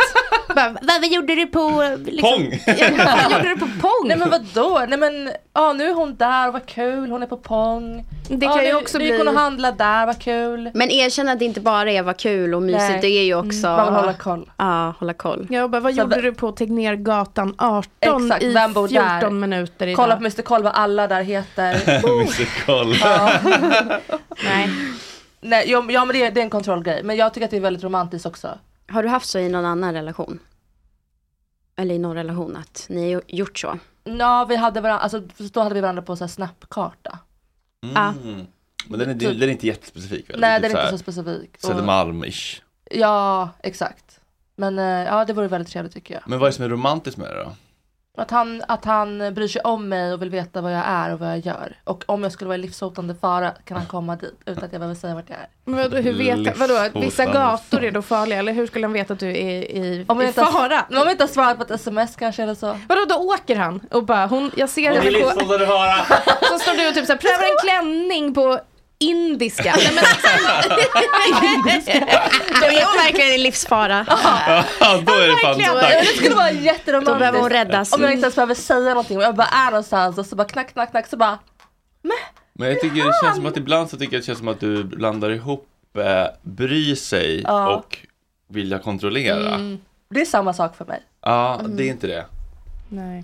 Bara, vad vad gjorde du på... Liksom, Pong! vad gjorde du på Pong? Nej men vadå? Nej men, ja nu är hon där, vad kul, hon är på Pong. Det Ja, kan ju nu- också Nu gick hon bli- och handlade där, vad kul. Men erkänn att det inte bara är vad kul och mysigt, Nej. det är ju också... Mm, man vill hålla koll. Ja, hålla koll. Jag bara, vad Så gjorde v- du på Tegnérgatan 18 Exakt, i vem bor 14 där? minuter idag? Kolla på Mr Koll vad alla där heter. Mr Koll. Nej. Nej, jo, ja men det är, det är en kontrollgrej. Men jag tycker att det är väldigt romantiskt också. Har du haft så i någon annan relation? Eller i någon relation att ni har gjort så? Ja, vi hade varandra, alltså då hade vi varandra på så här snapkarta. Ja. Mm. Men den är, den är inte jättespecifik väl? Ah. Typ Typ. Nej, den är inte här så specifik. Och- Södermalm-ish. Ja, exakt. Men eh, ja, det vore väldigt trevligt tycker jag. Men vad är det som är romantiskt med det då? Att han, att han bryr sig om mig och vill veta vad jag är och vad jag gör. Och om jag skulle vara i livshotande fara kan han komma dit utan att jag behöver säga vart jag är. Men vadå, hur vet, vadå, att vissa gator är då farliga? Eller hur skulle han veta att du är i, Om jag i inte har- fara? om jag inte har svarat på ett sms kanske eller så. Vadå, då åker han och bara, hon, jag ser Om henne ni på... lyssnar så du höra. Så står du och typ så här, prövar en klänning på indiska. Nej, men, Då är hon verkligen i livsfara. Ja, då är det fan Verkligen. dags. Det skulle vara jätteromantiskt. Då behöver hon räddas. Om jag inte ens behöver säga någonting. Om jag bara är någonstans och så bara knack, knack, knack. Så bara Men jag tycker det känns som att ibland så tycker jag det känns som att du blandar ihop eh, bry sig Ja. och vilja kontrollera. Mm. Det är samma sak för mig. Ja, Mm. det är inte det. Nej.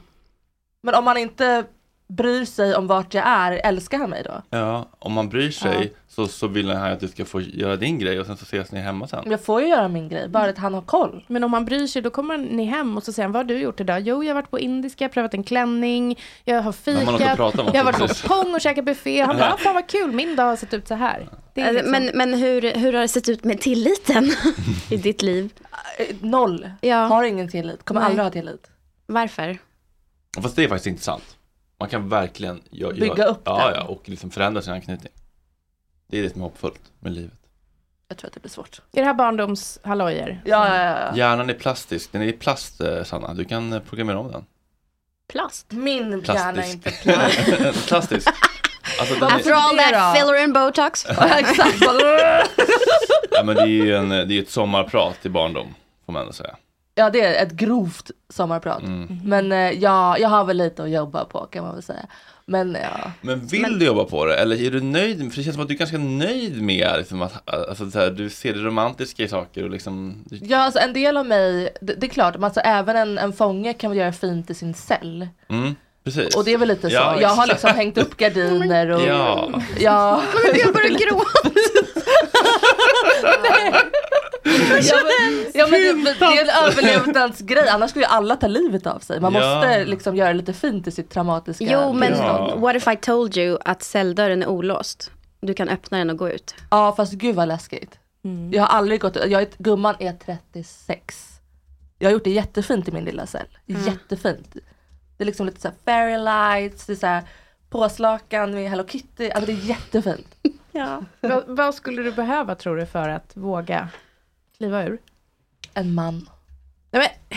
Men om man inte bryr sig om vart jag är, älskar han mig då? Ja, om man bryr sig Ja. så, så vill han att du ska få göra din grej och sen så ses ni hemma sen. Men Jag får ju göra min grej, bara att han har koll. men om han bryr sig, då kommer ni hem och så säger han, vad har du gjort idag? Jo, jag har varit på indiska, prövat en klänning, jag har man har något att fikat, prata om jag har varit också, på pong och käkat buffé. Han bara, Ja. "Ah, fan vad kul, min dag har sett ut så här. Det är liksom- Alltså, Men, men hur, hur har det sett ut med tilliten i ditt liv? Noll. Har ingen tillit. Kommer aldrig ha tillit. Varför? Fast det är faktiskt intressant. Man kan verkligen gö- Bygga göra, upp ja, den. ja, och liksom förändra sin anknytning. Det är det som är hoppfullt med livet. Jag tror att det blir svårt. Är det här barndomshallojer? Ja, ja, ja. Hjärnan är plastisk, den är i plast eh, Sanna, du kan eh, programmera om den. Plast. Min hjärna är Plastisk. inte plast. plastisk. Alltså, den After är, all det that då? filler and botox. Exakt. ja, men det är ju en, det är ju ett sommarprat i barndom, får man ändå säga. Ja, det är ett grovt sommarprat. Mhm. Mm. Men eh, ja, jag har väl lite att jobba på kan man väl säga. Men ja. Men vill du jobba på det eller är du nöjd? För det känns som att du är ganska nöjd med liksom, att alltså, så här, du ser det romantiska i saker och liksom Ja, alltså en del av mig, det, det är klart, men alltså, även en, en fånge kan väl göra fint i sin cell. mm, Precis. Och det är väl lite så. jag har exakt. liksom hängt upp gardiner och... Ja. ja. Jag börjar gråta. Ja, men, ja, men det, det är en överlevnadsgrej, annars skulle ju alla ta livet av sig. Man Ja. måste liksom göra lite fint i sitt traumatiska Jo, men tillstånd. what if I told you att celldörren är olåst? Du kan öppna den och gå ut. Ja, fast gud vad läskigt. Mm. Jag har aldrig gått, jag, är- gumman är 36. Jag har gjort det jättefint i min lilla cell. Mm. Jättefint. Det är liksom lite såhär fairy lights, det är såhär påslakan med Hello Kitty. Alltså det är jättefint. Ja. Vad, vad skulle du behöva tror du för att våga kliva ur? En man. Nej, men...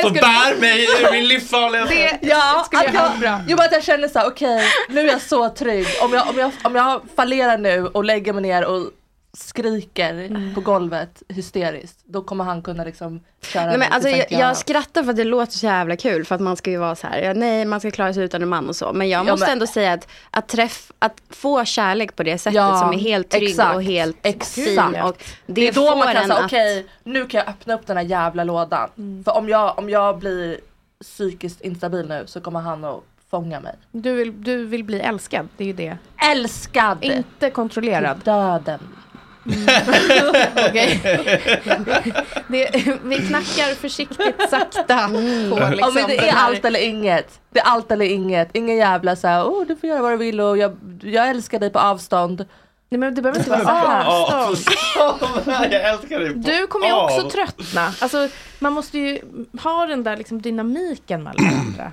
Som bär mig ur min livsfarliga Det- ja, skulle att jag ha jag- bra. Jo men att jag känner såhär, okej nu är jag så trygg. Om jag, om, jag, om jag fallerar nu och lägger mig ner och skriker Mm. på golvet hysteriskt, då kommer han kunna liksom köra Nej, mig men till alltså, Sankt jag, Göran. jag skrattar för att det låter så jävla kul. För att man ska ju vara så här, ja, nej man ska klara sig utan en man och så. Men jag Ja, måste men- ändå säga att, att, träff, att få kärlek på det sättet Ja, som är helt trygg exakt, och helt fin. exakt. Och det, Det, är då får man kan en säga att... okej nu kan jag öppna upp den här jävla lådan. Mm. För om jag, om jag blir psykiskt instabil nu så kommer han att fånga mig. Du vill, du vill bli älskad, det är ju det. Älskad! Inte kontrollerad. Döden. Okej. Det, vi knackar försiktigt sakta Mm. på Ja, liksom, men det den är här- allt eller inget. Det är allt eller inget. Ingen jävla såhär, oh du får göra vad du vill och jag, jag älskar dig på avstånd. Ah. Nej men det behöver inte vara så Ja, jag älskar dig. på- Du kommer ju av. också tröttna. Alltså, man måste ju ha den där liksom, dynamiken mellan varandra.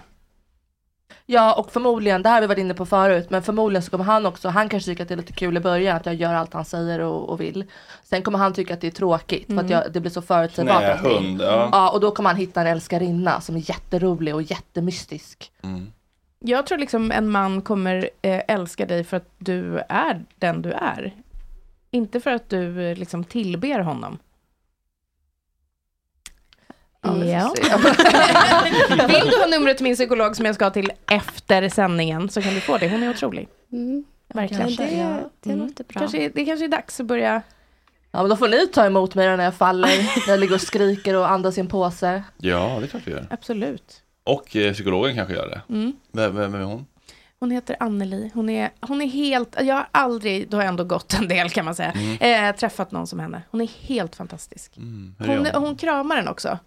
Ja och förmodligen, det här har vi varit inne på förut, men förmodligen så kommer han också, han kanske tycker att det är lite kul i början att jag gör allt han säger och, och vill. Sen kommer han tycka att det är tråkigt Mm. för att jag, det blir så förutsägbart. Knä, allting. hund, ja. ja och då kommer han hitta en älskarinna som är jätterolig och jättemystisk. Mm, Jag tror liksom en man kommer eh, älska dig för att du är den du är. Inte för att du eh, liksom tillber honom. Ja. Vill du ha numret till min psykolog som jag ska till efter sändningen så kan du få det. Hon är otrolig. Mm. Verkligen. Kanske, ja. Det Mm. låter bra. Kanske, det kanske är dags att börja... Ja men då får ni ta emot mig då när jag faller, när jag ligger och skriker och andas i en påse. Ja, det är klart du gör. Absolut. Och eh, psykologen kanske gör det. Mm. Vem, vem är hon? Hon heter Anneli. Hon är, hon är helt, jag har aldrig, då har jag ändå gått en del kan man säga, eh, träffat någon som henne. Hon är helt fantastisk. mm. hur gör Hon, hon? hon kramar den också.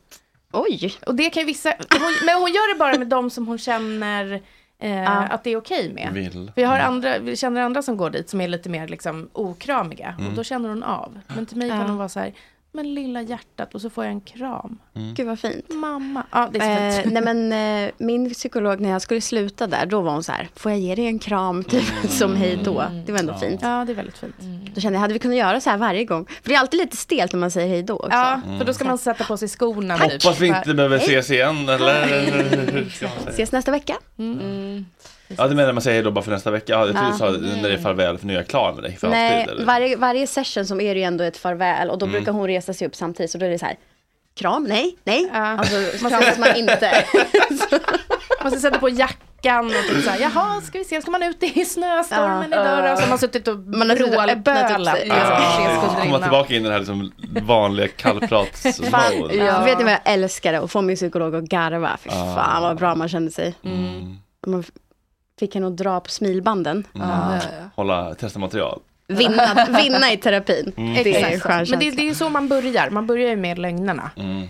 Oj! Och det kan ju vissa, hon, men hon gör det bara med de som hon känner eh, Ja. att det är okej med. Vill. Mm. Vi, har andra, vi känner andra som går dit som är lite mer liksom, okramiga. Mm. Och då känner hon av. Men till mig Ja. kan hon vara så här, Men lilla hjärtat och så får jag en kram. Mm. Gud vad fint. Mamma. Ja, det är så Eh, fint. nej men eh, min psykolog när jag skulle sluta där, då var hon så här, får jag ge dig en kram typ som hej då? Mm. Det var ändå ja. fint. Ja, det är väldigt fint. Då kände jag, hade vi kunnat göra så här varje gång? För det är alltid lite stelt när man säger hej då också. Ja, för då ska man sätta på sig skorna. typ. Mm. Hoppas vi inte behöver Hej. ses igen eller? Ses nästa vecka. Mm. Mm. Ja du menar man säger då bara för nästa vecka? Ja, jag trodde du sa Ja. när det är farväl för nu är jag klar med dig för Nej, alltid. eller? varje, varje session som är det ju ändå ett farväl och då Mm. brukar hon resa sig upp samtidigt så då är det så här, kram, nej, nej. Alltså kramas man inte. Man ska sätta på jackan och typ så här, jaha, ska vi se, ska man ut i snöstormen Ja. idag då? Så har man suttit och vrålbölat. liksom, tre sekunder Komma innan. tillbaka in i den här liksom vanliga Fan, kallpratsmode. ja. Vet ni vad jag älskade? Att få min psykolog att garva. Fy Ja. fan vad bra man kände sig. Ah. Mm. Man f- fick henne att dra på smilbanden. Hålla, testa material. Vinna, vinna i terapin. Mm. Det är Exakt. skön Men det, det är ju så man börjar. Man börjar ju med lögnerna. Mm. Eh,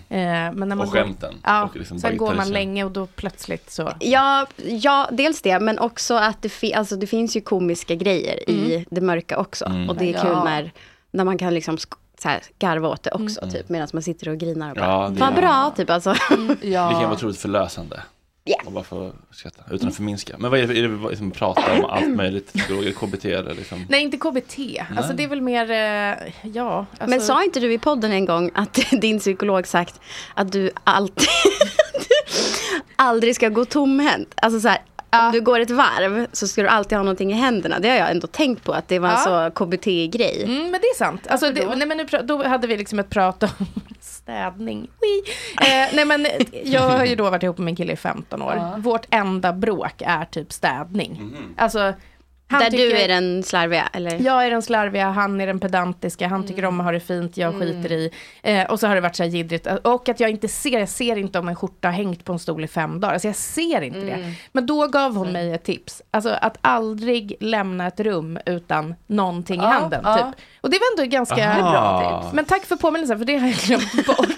men när man Och skämten. Går, ja, Och liksom sen går man bagatelliserande. länge och då plötsligt så. Ja, ja, dels det, men också att det, fi- alltså, det finns ju komiska grejer i det mörka också. Mm. Och det är kul Ja. när, när man kan liksom sk- så här, garva åt det också, typ, medan man sitter och grinar och bara, Mm. Ja, det- fan bra, typ alltså. Det kan vara otroligt förlösande. Yeah. Och bara få skratta, utan att förminska. Men vad är det, är det vad- liksom, prata om allt möjligt? Psykologer, KBT eller liksom? Nej, inte KBT. Alltså Nej. det är väl mer, eh, ja. Alltså, Men sa inte du i podden en gång att din psykolog sagt att du alltid aldrig ska gå tomhänt? Alltså så här, om du går ett varv så ska du alltid ha någonting i händerna. Det har jag ändå tänkt på att det var en Ja. så KBT-grej. Mm, men det är sant. Alltså, det, nej, men nu, pra- då hade vi liksom ett prat om städning. Oui. Eh, nej, men jag har ju då varit ihop med min kille i 15 år. Ja. Vårt enda bråk är typ städning. Mhm. Alltså, Där du är den slarviga, eller? Jag är den slarviga, han är den pedantiska, han tycker om att ha det fint, jag Mm. skiter i. Eh, och så har det varit så här jiddrigt. Och att jag inte ser, jag ser inte om en skjorta har hängt på en stol i fem dagar. Alltså jag ser inte Mm. det. Men då gav hon mig ett tips. Alltså att aldrig lämna ett rum utan någonting i Ja, handen. ja. Typ. Och det var ändå ganska Det är bra tips. Men tack för påminnelsen, för det har jag glömt bort.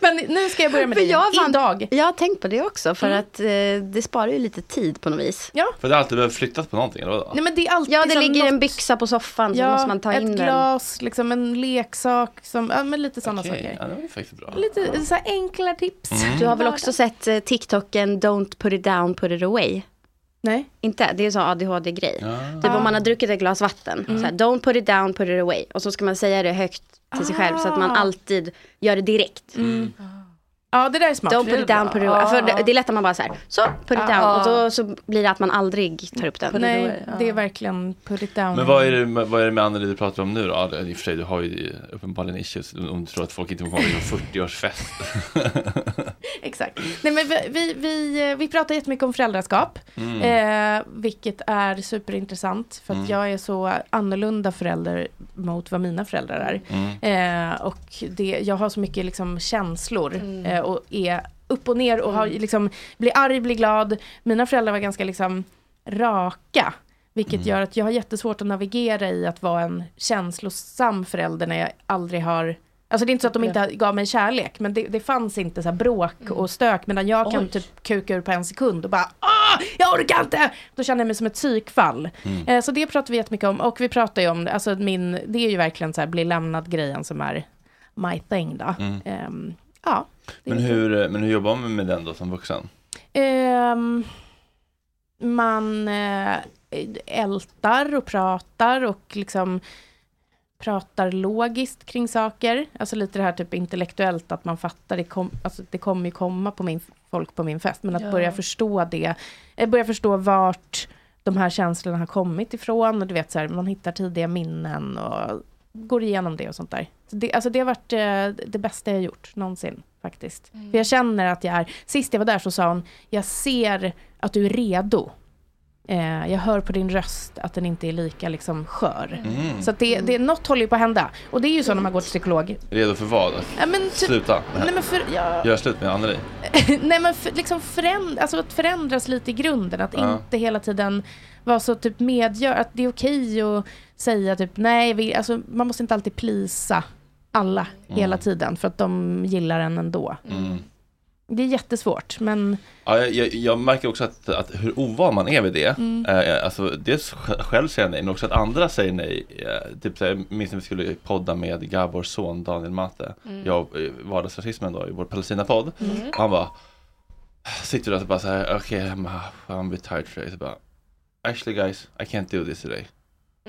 Men nu ska jag börja med För dig jag fan- idag. Jag har tänkt på det också, för Mm. att eh, det sparar ju lite tid på något vis. Ja, För det har alltid behövt flyttas på någonting eller vadå? Nej, men det är alltid ja det som ligger något- en byxa på soffan, så ja, måste man ta ett in den. glas, liksom en leksak, som, ja, men lite sådana saker. Ja, det var ju faktiskt bra. Lite så här enkla tips. Mm. Du har väl också sett eh, TikToken Don't put it down, put it away? Nej. Ah. Inte? Det är så ADHD-grej. Ja. Typ om man har druckit ett glas vatten. Mm. Så här, don't put it down, put it away. Och så ska man säga det högt till sig själv så att man Ah. alltid gör det direkt. Ja, det där är smart. Ah. Don't put it down, put it away. Ja. För det, det är lätt att man bara så här, så, put it Ja. down. Och då så blir det att man aldrig tar upp den. Ah. Nej, det är verkligen put it down. Men vad är, det, med- vad är det med Anneli du pratar om nu då? Ja, det- I och för sig, du har ju uppenbarligen issues om du tror att folk inte kommer ihåg en 40-årsfest. Exakt. Nej, men vi, vi, vi, vi pratar jättemycket om föräldraskap, Mm. eh, vilket är superintressant. För att Mm. jag är så annorlunda förälder mot vad mina föräldrar Mm. är. Eh, och det, jag har så mycket liksom, känslor eh, och är upp och ner och har, liksom, blir arg, blir glad. Mina föräldrar var ganska liksom, raka. Vilket gör att jag har jättesvårt att navigera i att vara en känslosam förälder när jag aldrig har Alltså det är inte så att de inte gav mig kärlek, men det, det fanns inte så här bråk och stök, medan jag kan Oj. typ kuka ur på en sekund och bara ah, jag orkar inte! Då känner jag mig som ett psykfall. Mm. Eh, så det pratar vi jättemycket om, och vi pratar ju om, alltså min, det är ju verkligen så här bli lämnad-grejen som är my thing då. Mm. Ehm, ja. det är Men hur, men hur jobbar man med den då som vuxen? Ehm, man eh, ältar och pratar och liksom pratar logiskt kring saker. Alltså lite det här typ intellektuellt att man fattar, det, kom, alltså det kommer ju komma på min, folk på min fest, men att Ja. börja förstå det, eh, börja förstå vart de här känslorna har kommit ifrån och du vet så här, man hittar tidiga minnen och går igenom det och sånt där. Så det, alltså det har varit eh, det bästa jag gjort någonsin faktiskt. För jag känner att jag är, sist jag var där så sa hon, jag ser att du är redo. Eh, jag hör på din röst att den inte är lika liksom skör. Mm. Så att det, det, något håller ju på att hända. Och det är ju så när man går till psykolog. Redo för vad? Ja, men typ- Sluta. Nej men, för, ja, Gör slut med Anneli. nej, men för, liksom föränd, alltså att förändras lite i grunden. Att Ja. inte hela tiden vara så typ medgör att det är okej att säga typ nej, vi, alltså, man måste inte Mm. alltid plisa alla hela tiden för att de gillar en ändå. Det är jättesvårt, men Ja, jag, jag, jag märker också att, att hur ovan man är vid det. Mm. Eh, alltså, dels sj- själv säger jag nej, men också att andra säger nej. Eh, typ så här, jag minns när vi skulle podda med Gabors son Daniel Mate. Mm. Jag och eh, vardagsrasismen då i vår Palestina-podd. Mm. Och Han bara, sitter där och bara så här, okej, I'm, I'm a bit tired today. Så bara, actually guys, I can't do this today.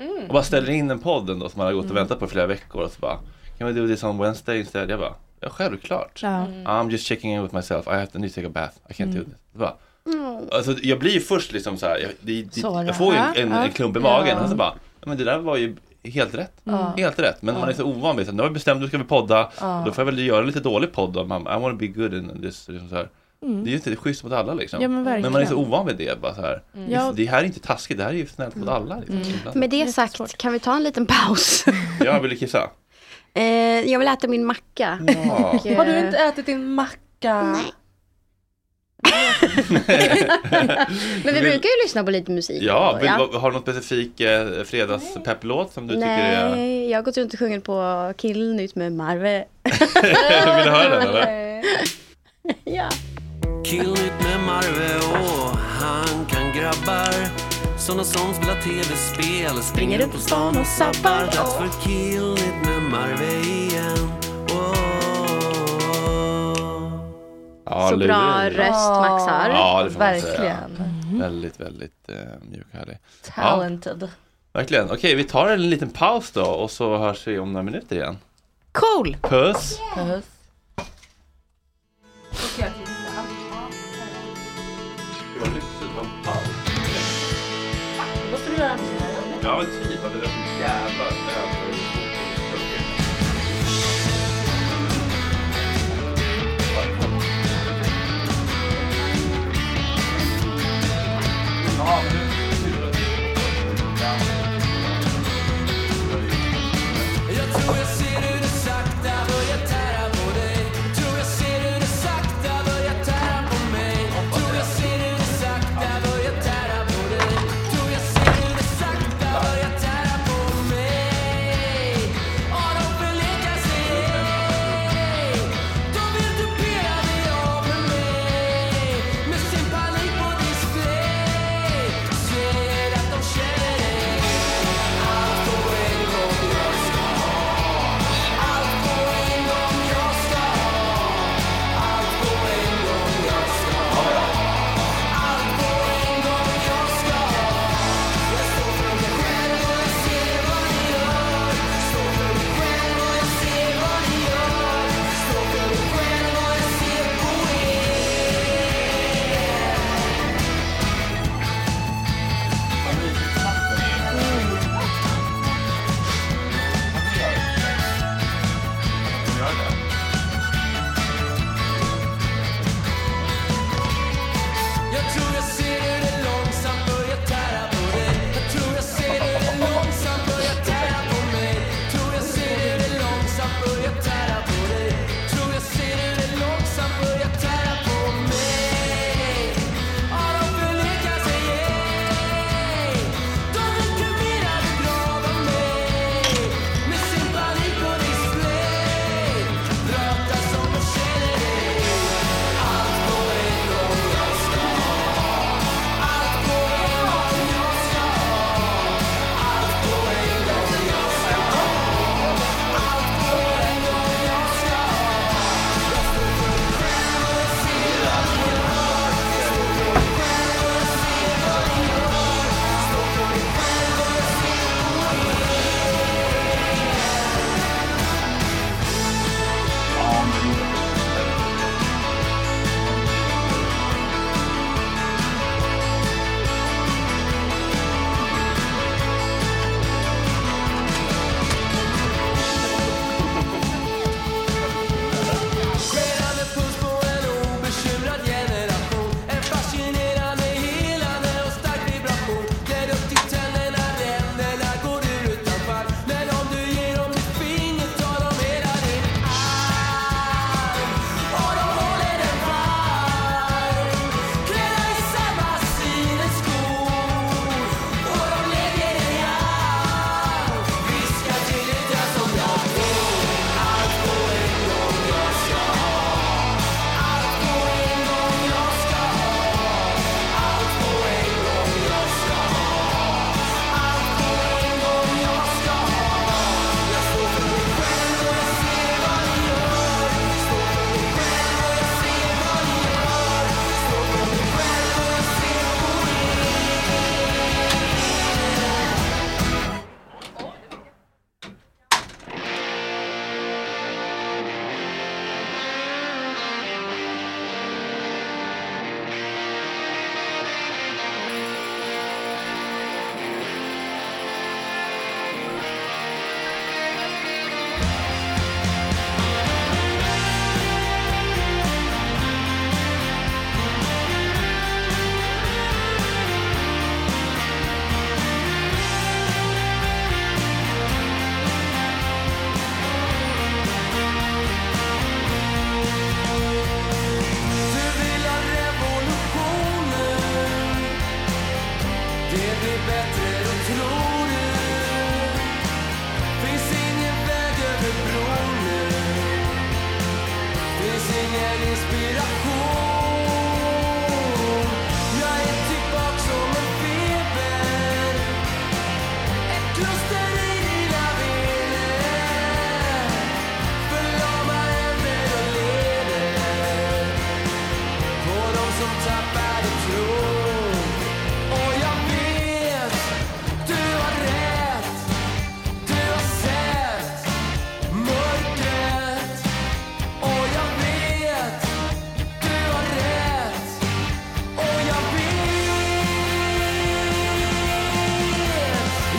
Mm. Och bara ställer in en podden då som man har gått Mm. och väntat på i flera veckor. Och så bara, can we do this on Wednesday instead? Jag bara, ja självklart. Ja. Mm. I'm just checking in with myself, I have to, I need to take a bath, I can't Mm. do this. Så bara, Mm. Alltså, jag blir först liksom så här, jag, det, det, Sårad. jag får ju en, en, Ja, en klump i ja. magen. Och så bara, ja, men det där var ju helt rätt. Ja. Helt rätt. Men Ja. man är så ovan vid det. Nu har vi bestämt, nu ska vi podda. Ja. Och Då får jag väl göra en lite dålig podd. Då. Man, I wanna be good in this. Liksom så här. Mm. Det är ju inte schysst mot alla liksom. Ja, men men man är verkligen. så ovan vid det. Bara så här. Mm. Ja. Det här är inte taskigt, det här är ju snällt Mm. mot alla. Liksom. Ibland. Med det sagt, kan vi ta en liten paus? Jag vill kissa. Eh, jag vill äta min macka. Ja. Och, eh, Har du inte ätit din macka? Nej. Men vi Vill- brukar ju lyssna på lite musik. Ja, och- vill, har du någon specifik eh, fredagspepplåt som du tycker är... Nej, jag har gått runt och sjungit på Killnytt med Marve. vill du höra den eller? ja. Killigt med Marve och han kan grabbar Såna som spelar tv-spel Springer upp på stan och sabbar Dags för killigt med Marve igen Ja, Så bra lurig. röst, Max har. Ja, det får man säga. Verkligen. Väldigt, väldigt eh, mjuk och härlig. Ja, Talented. verkligen. Okej, vi tar en liten paus då och så hörs vi om några minuter igen. cool! Puss! Puss. Måste du göra Ja, men typ. Det där som jävla över. Jag tror jag ser hur du sakta börjar tära på dig Tror jag ser hur du sakta börjar tära på mig Tror jag ser hur du sakta börjar tära på dig Tror jag ser hur du sakta börjar tära på mig e e bättre än tror du. Finns ingen väg över bron nu. Finns ingen inspiration. Jag är tillbaka som en feber. Ett kluster i dina vener. Förlamar händer och leder. På de som tappade tron. Och jag vet, du har rätt. Du har sett mörkret. Och jag vet, du har rätt. Och jag vet,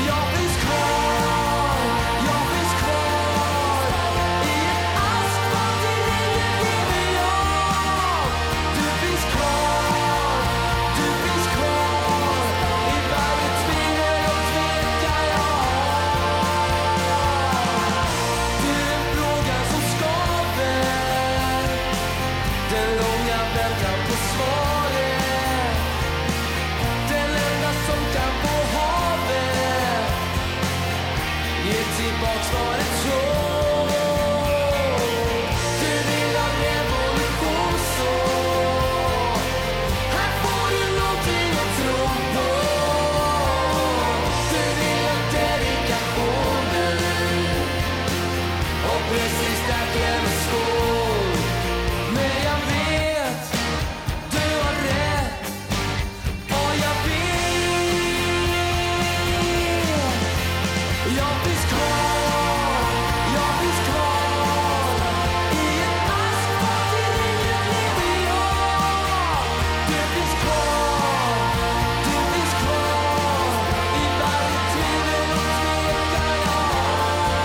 jag finns kvar. Jag finns kvar. I ett asfalt i regnet lever jag. Du finns kvar. Du finns kvar. I varje tvivel och tvekan jag du är frågan som skaver Den långa väntan på svaret Den enda som kan få havet Ge tillbaks vad det tog Du vill ha revolution så Här får du någonting att tro på Du vill ha dedikationen och precis där klämmer skon Men jag vet, du har rätt Och jag vet Jag finns kvar, jag finns kvar I ett asfalt i ringen lever jag Du finns kvar, du finns kvar I varje tvivel och tvekan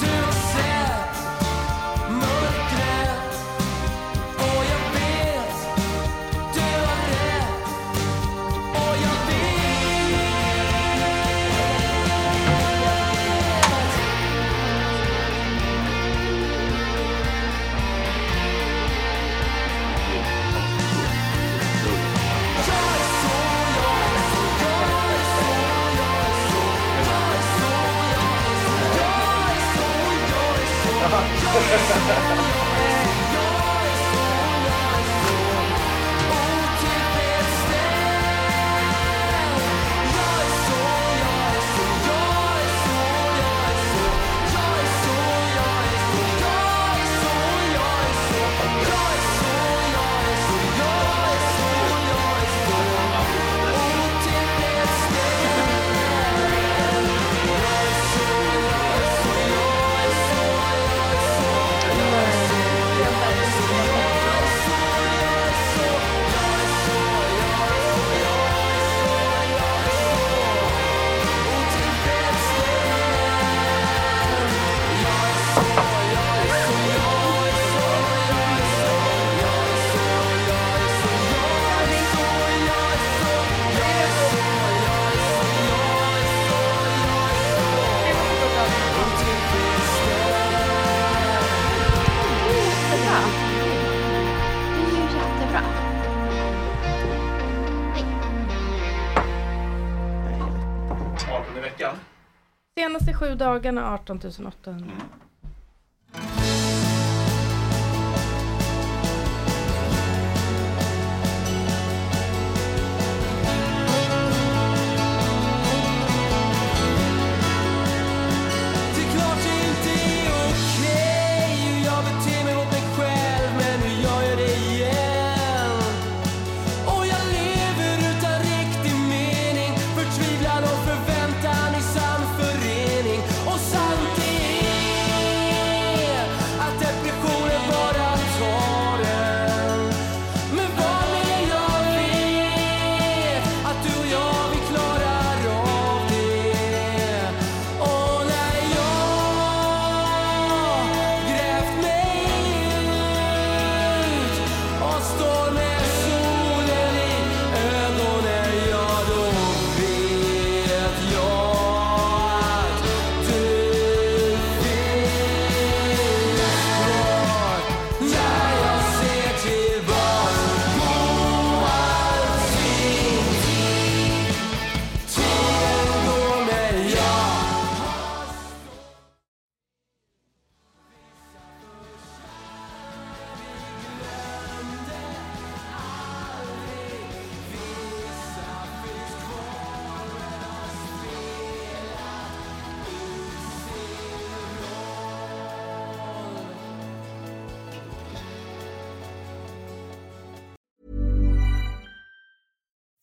Du har sett mörkret och jag vet du har rätt och jag vet Jättebra. Det är ju jättebra. i veckan. Senaste sju dagarna 18 800. Det är klart det inte är okej hur jag beter mig mot mig själv men nu gör jag det igen Och jag lever utan riktig mening Förtvivlan och förväntan i sann förening Och sant det är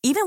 even